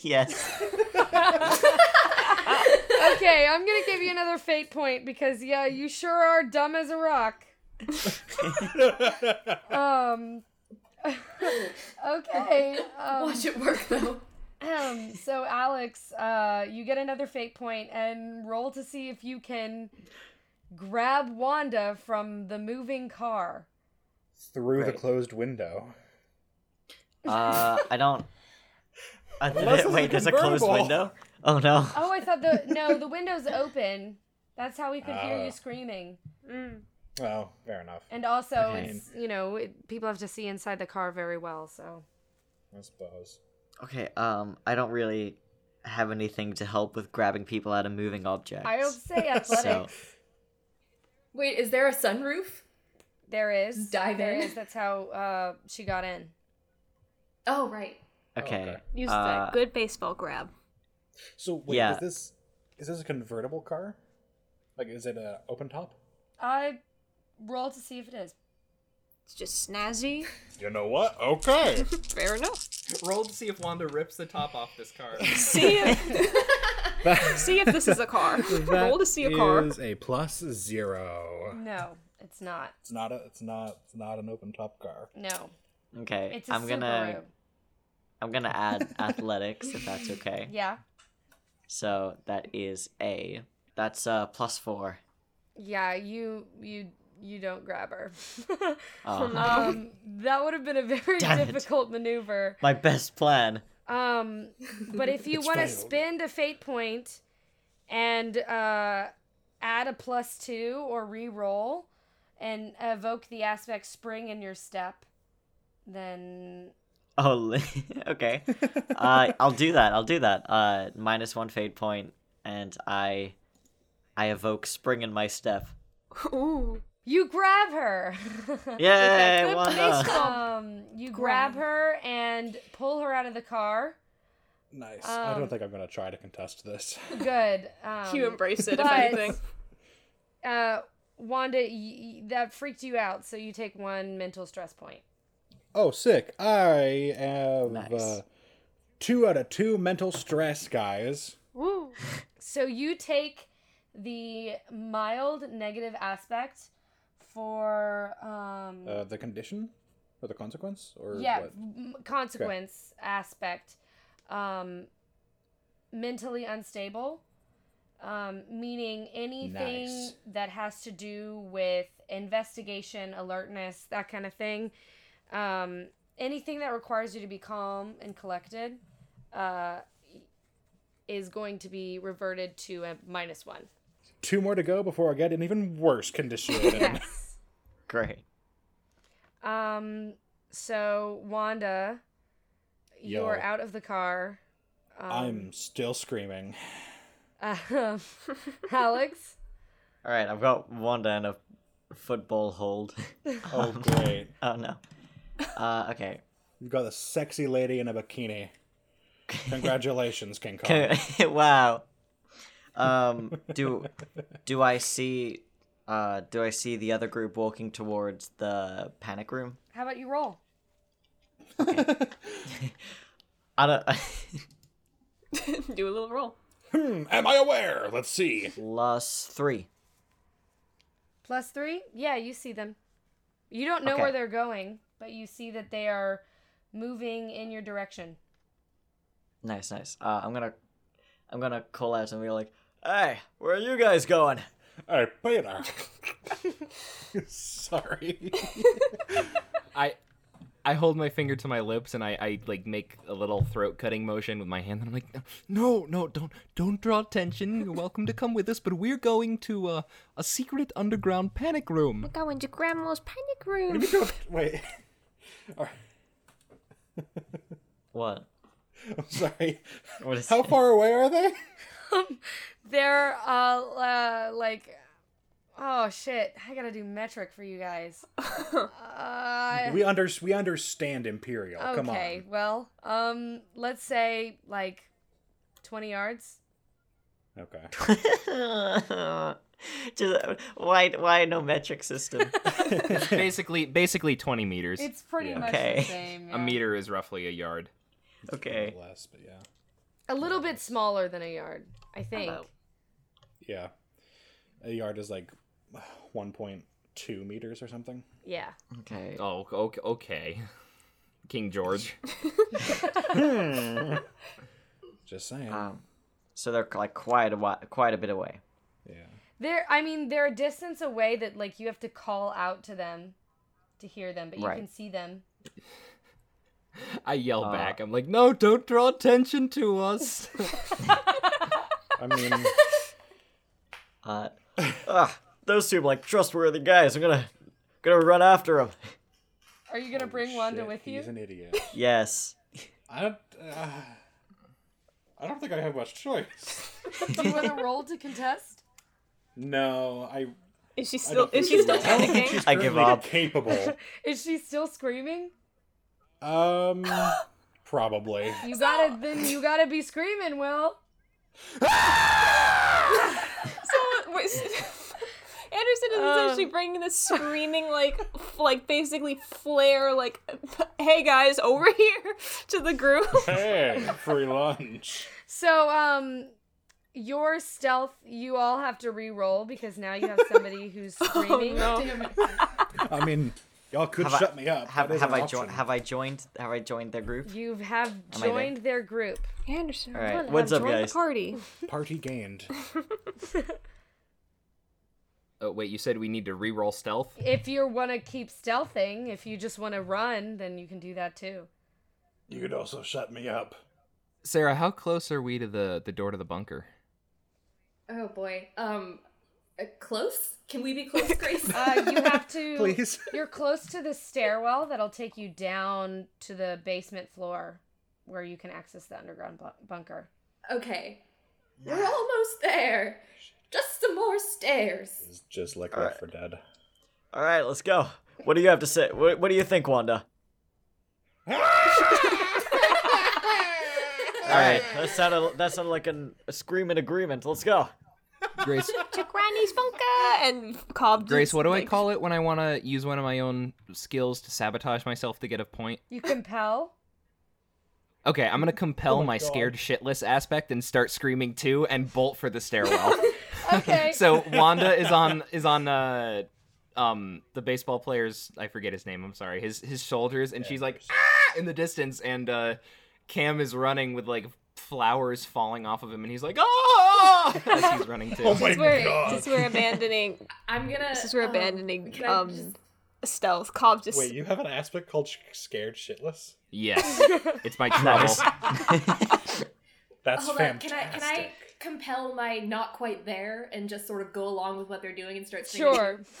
Speaker 4: yes.
Speaker 1: Okay, I'm gonna give you another fate point because yeah, you sure are dumb as a rock. um Okay. Um,
Speaker 6: Watch it work though.
Speaker 1: um, so Alex, uh you get another fate point and roll to see if you can grab Wanda from the moving car.
Speaker 8: Through the
Speaker 4: Right.
Speaker 8: closed window.
Speaker 4: Uh, I don't. Uh, th-
Speaker 8: Unless it's a
Speaker 4: wait, there's a closed
Speaker 8: convertible.
Speaker 4: window. Oh no.
Speaker 1: Oh, I thought the no, the window's open. That's how we could hear
Speaker 8: Ah.
Speaker 1: you screaming.
Speaker 8: Oh, fair enough.
Speaker 1: And also,
Speaker 4: Okay.
Speaker 1: it's you know, it, people have to see inside the car very well. So
Speaker 8: I suppose.
Speaker 4: Okay. Um, I don't really have anything to help with grabbing people out of moving objects.
Speaker 1: I would say athletics.
Speaker 4: so
Speaker 6: Wait, is there a sunroof?
Speaker 1: There is
Speaker 6: Dive
Speaker 1: There
Speaker 6: in.
Speaker 1: is. That's how uh, she got in.
Speaker 6: Oh right.
Speaker 4: okay.
Speaker 5: Use
Speaker 4: Uh,
Speaker 5: that good baseball grab.
Speaker 8: So wait,
Speaker 4: Yeah.
Speaker 8: is this is this a convertible car? Like, is it a open top?
Speaker 1: I roll to see if it is.
Speaker 5: It's just snazzy.
Speaker 2: You know what? Okay.
Speaker 5: Fair enough.
Speaker 7: Roll to see if Wanda rips the top off this car.
Speaker 5: See if, see if this is a car. Roll to see a car.
Speaker 8: Is a plus zero.
Speaker 1: No, it's not.
Speaker 8: It's not a. It's not. It's not an open top car.
Speaker 1: No,
Speaker 4: Okay.
Speaker 1: it's a
Speaker 4: I'm
Speaker 1: Subaru.
Speaker 4: gonna. I'm gonna add athletics if that's okay.
Speaker 1: Yeah,
Speaker 4: So that is a. That's uh plus four.
Speaker 1: yeah. You you you don't grab her.
Speaker 4: Oh,
Speaker 1: um, that would have been a very
Speaker 4: Damn it.
Speaker 1: difficult maneuver.
Speaker 4: my best plan.
Speaker 1: Um, but if you want to spend a fate point and uh, add a plus two or re-roll and evoke the aspect spring in your step, then
Speaker 4: Oh, li- okay. uh, I'll do that. I'll do that. Uh, minus one fade point, and I, I evoke spring in my step.
Speaker 5: Ooh.
Speaker 1: you grab her.
Speaker 4: Yay,
Speaker 5: good
Speaker 4: Wanda!
Speaker 5: place-
Speaker 1: um, you grab
Speaker 5: Grab.
Speaker 1: her and pull her out of the car.
Speaker 8: Nice. I
Speaker 1: Um,
Speaker 8: don't think I'm gonna try to contest this.
Speaker 1: Good. Um,
Speaker 5: You embrace it, if
Speaker 1: but-
Speaker 5: anything.
Speaker 1: uh, Wanda, y- y- that freaked you out, so you take one mental stress point.
Speaker 8: Oh, sick! I have
Speaker 4: Nice.
Speaker 8: uh, two out of two mental stress, guys.
Speaker 1: So you take the mild negative aspect for um
Speaker 8: Uh, the condition or the consequence or
Speaker 1: yeah
Speaker 8: what?
Speaker 1: m- consequence aspect um mentally unstable um meaning anything
Speaker 8: Nice.
Speaker 1: that has to do with investigation alertness that kind of thing um anything that requires you to be calm and collected uh is going to be reverted to a minus one
Speaker 8: Two more to go before I get an even worse condition. in.
Speaker 1: yes
Speaker 4: Great.
Speaker 1: Um. So Wanda, you're
Speaker 8: Yo.
Speaker 1: out of the car.
Speaker 4: Um,
Speaker 8: I'm still screaming.
Speaker 1: Um, Alex,
Speaker 4: All right, I've got Wanda in a football hold.
Speaker 8: Oh, great!
Speaker 4: oh no. Uh, okay.
Speaker 8: You've got a sexy lady in a bikini. Congratulations, King Kong.
Speaker 4: wow. Um, do do I see uh, do I see the other group walking towards the panic room?
Speaker 1: How about you roll?
Speaker 4: I don't.
Speaker 5: Do a little roll.
Speaker 10: Hmm, am I aware? Let's see.
Speaker 4: plus three.
Speaker 1: Plus three? Yeah, you see them. You don't know
Speaker 4: Okay.
Speaker 1: where they're going, but you see that they are moving in your direction.
Speaker 4: Nice, nice. Uh, I'm gonna I'm gonna call out and be like, "Hey, where are you guys going?"
Speaker 10: Hey, Peter. Sorry.
Speaker 2: I I hold my finger to my lips and I, I like make a little throat cutting motion with my hand and I'm like no no don't don't draw attention you're welcome to come with us but we're going to uh, a secret underground panic room
Speaker 5: Go into grandma's panic room.
Speaker 8: We don't- Wait.
Speaker 4: What?
Speaker 8: I'm sorry.
Speaker 4: What is
Speaker 8: How far away are they?
Speaker 1: They're uh, uh like oh shit, I gotta do metric for you guys. uh,
Speaker 8: We under we understand Imperial. Come
Speaker 1: okay,
Speaker 8: on.
Speaker 1: well, um, let's say like twenty yards.
Speaker 8: Okay.
Speaker 4: Just, uh, why why no metric system?
Speaker 2: basically basically 20 meters
Speaker 1: It's pretty
Speaker 8: Yeah.
Speaker 1: much
Speaker 4: Okay.
Speaker 1: the same.
Speaker 2: a
Speaker 1: yeah.
Speaker 2: meter is roughly a yard
Speaker 4: okay.
Speaker 8: Less, but yeah.
Speaker 1: A little bit smaller than a yard, I think.
Speaker 4: Hello.
Speaker 8: Yeah. A yard is like 1.2 meters or something.
Speaker 1: Yeah.
Speaker 4: Okay.
Speaker 2: oh okay, okay. King George
Speaker 8: Just saying.
Speaker 4: Um, so they're like quite a wa- quite a bit away.
Speaker 8: yeah.
Speaker 1: They're I mean, they're a distance away that like you have to call out to them to hear them, but you
Speaker 4: Right.
Speaker 1: can see them.
Speaker 2: I yell back I'm like no don't draw attention to us
Speaker 8: I mean,
Speaker 4: Uh, ah, those two are like trustworthy guys. I'm gonna gonna run after them.
Speaker 1: Are you gonna bring Wanda
Speaker 8: shit,
Speaker 1: with
Speaker 8: he's
Speaker 1: you?
Speaker 8: an idiot.
Speaker 4: Yes.
Speaker 8: I don't. Uh, I don't think I have much choice.
Speaker 1: Do you want to roll to contest?
Speaker 8: No, I.
Speaker 5: Is she
Speaker 8: I
Speaker 5: still?
Speaker 8: don't
Speaker 5: Is
Speaker 8: think
Speaker 5: she still
Speaker 8: I don't think
Speaker 5: panicking?
Speaker 8: she's
Speaker 4: I give
Speaker 8: currently
Speaker 4: up.
Speaker 8: Capable.
Speaker 1: Is she still screaming?
Speaker 8: Um, probably.
Speaker 1: You gotta then you gotta be screaming, Will.
Speaker 5: So, wait, s- Anderson is essentially bringing this screaming, like, f- like basically flare, like, "Hey guys, over here!" to the group.
Speaker 8: Hey, free lunch.
Speaker 1: So um your stealth you all have to re-roll because now you have somebody who's screaming.
Speaker 8: I mean, y'all could
Speaker 4: I-
Speaker 8: shut me up.
Speaker 4: Have,
Speaker 8: That is
Speaker 4: have
Speaker 8: an
Speaker 4: I joined?
Speaker 8: option.
Speaker 4: Have I joined? Have I joined their group?
Speaker 1: You have
Speaker 4: I there?
Speaker 1: joined their group.
Speaker 5: Anderson,
Speaker 4: All right, come on, what's up, join the guys?
Speaker 5: party.
Speaker 8: Party gained.
Speaker 2: oh wait you said we need to re-roll stealth
Speaker 1: If you want to keep stealthing, if you just want to run, then you can do that too.
Speaker 8: You could also shut me up.
Speaker 2: Sarah how close are we to the the door to the bunker
Speaker 6: Oh boy. Um, uh, close? Can we be close, Grace?
Speaker 1: Uh, you have to.
Speaker 8: Please.
Speaker 1: You're close to the stairwell that'll take you down to the basement floor where you can access the underground bu- bunker.
Speaker 6: okay. We're almost there. Just some more stairs.
Speaker 8: It's just like Left for Dead.
Speaker 4: All right, let's go. What do you have to say? What, what do you think, Wanda? All right, that sounded that sounded like an, a scream in agreement. Let's go.
Speaker 2: Grace
Speaker 5: To Granny's Funka and Cobb.
Speaker 2: Grace,
Speaker 5: just,
Speaker 2: what do I
Speaker 5: like-
Speaker 2: call it when I want to use one of my own skills to sabotage myself to get a point?
Speaker 1: You compel.
Speaker 2: Okay, I'm gonna compel my, scared shitless aspect and start screaming too and bolt for the stairwell.
Speaker 1: Okay.
Speaker 2: so Wanda is on is on uh um the baseball player's I forget his name. I'm sorry. His his shoulders and she's like ah! in the distance and uh Cam is running with like flowers falling off of him and he's like ah as he's running too.
Speaker 8: my
Speaker 1: Wait,
Speaker 5: Since we're abandoning,
Speaker 6: I'm gonna.
Speaker 5: since we're
Speaker 6: um,
Speaker 5: abandoning
Speaker 6: can I
Speaker 5: um
Speaker 6: just-
Speaker 5: stealth, Cobb just
Speaker 8: Wait, you have an aspect called sh- scared shitless?
Speaker 2: Yes, it's my trouble.
Speaker 4: Nice.
Speaker 8: That's
Speaker 6: Hold on.
Speaker 8: fantastic.
Speaker 6: Can I can I compel my not quite there and just sort of go along with what they're doing and start singing?
Speaker 1: Sure.
Speaker 6: Okay.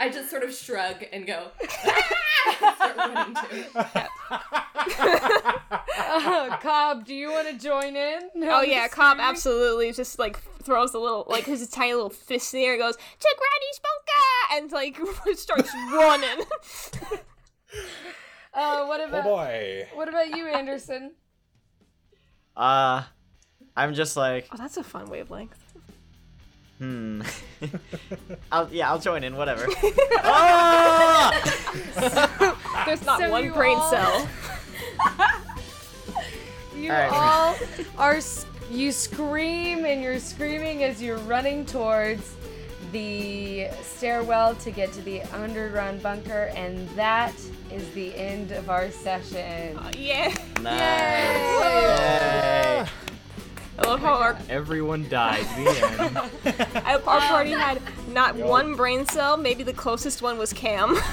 Speaker 6: I just sort of shrug and go. "Ah!" Start running too.
Speaker 1: Uh, Cobb, do you want to join in?
Speaker 5: Oh yeah, Cobb absolutely just like throws a little like his tiny little fist in the air and goes to Granny Spunka and like starts running.
Speaker 1: Uh, what
Speaker 8: Oh
Speaker 1: Uh, about
Speaker 8: boy.
Speaker 3: Oh,
Speaker 6: uh,
Speaker 1: what about you, Anderson?
Speaker 4: Uh, I'm just like,
Speaker 5: Oh, that's a fun wavelength.
Speaker 4: hmm. I'll, yeah, I'll join in, whatever. Ah!
Speaker 5: There's not
Speaker 9: So
Speaker 5: one
Speaker 9: you
Speaker 5: brain
Speaker 9: all-
Speaker 5: cell.
Speaker 9: You
Speaker 4: All right.
Speaker 9: all are s- you scream and you're screaming as you're running towards the stairwell to get to the underground bunker, and that is the end of our session.
Speaker 5: Yeah.
Speaker 4: Nice. Yay.
Speaker 5: I love how our,
Speaker 7: Everyone died. The end.
Speaker 5: our party had not one brain cell. Maybe the closest one was Cam.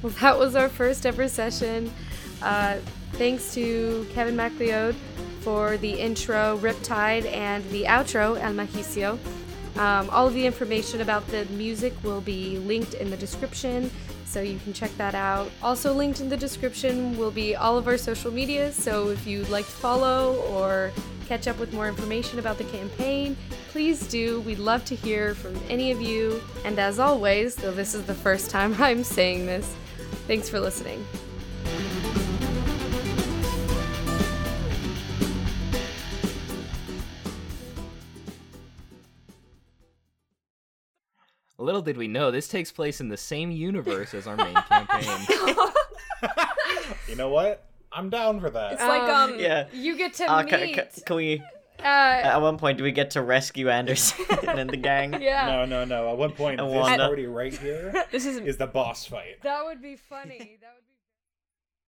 Speaker 1: Well, that was our first ever session. Uh, thanks to Kevin MacLeod for the intro, Riptide, and the outro, El Magicio. Um, all of the information about the music will be linked in the description, so you can check that out. Also, linked in the description will be all of our social medias, so if you'd like to follow or catch up with more information about the campaign, please do. We'd love to hear from any of you. And as always, though this is the first time I'm saying this, thanks for listening.
Speaker 7: Little did we know this takes place in the same universe as our main campaign.
Speaker 3: You know what? I'm down for that.
Speaker 5: It's
Speaker 2: Uh,
Speaker 5: like um.
Speaker 4: Yeah.
Speaker 9: You get to
Speaker 4: Uh,
Speaker 9: meet.
Speaker 4: ca- ca- can we?
Speaker 9: uh,
Speaker 4: At one point, do we get to rescue Anderson and the gang?
Speaker 6: uh,
Speaker 9: yeah,
Speaker 3: No, no, no. At one point,
Speaker 4: I
Speaker 3: this
Speaker 4: wanna-
Speaker 3: party right here
Speaker 5: This is
Speaker 3: is the boss fight.
Speaker 9: that would be funny. That would be.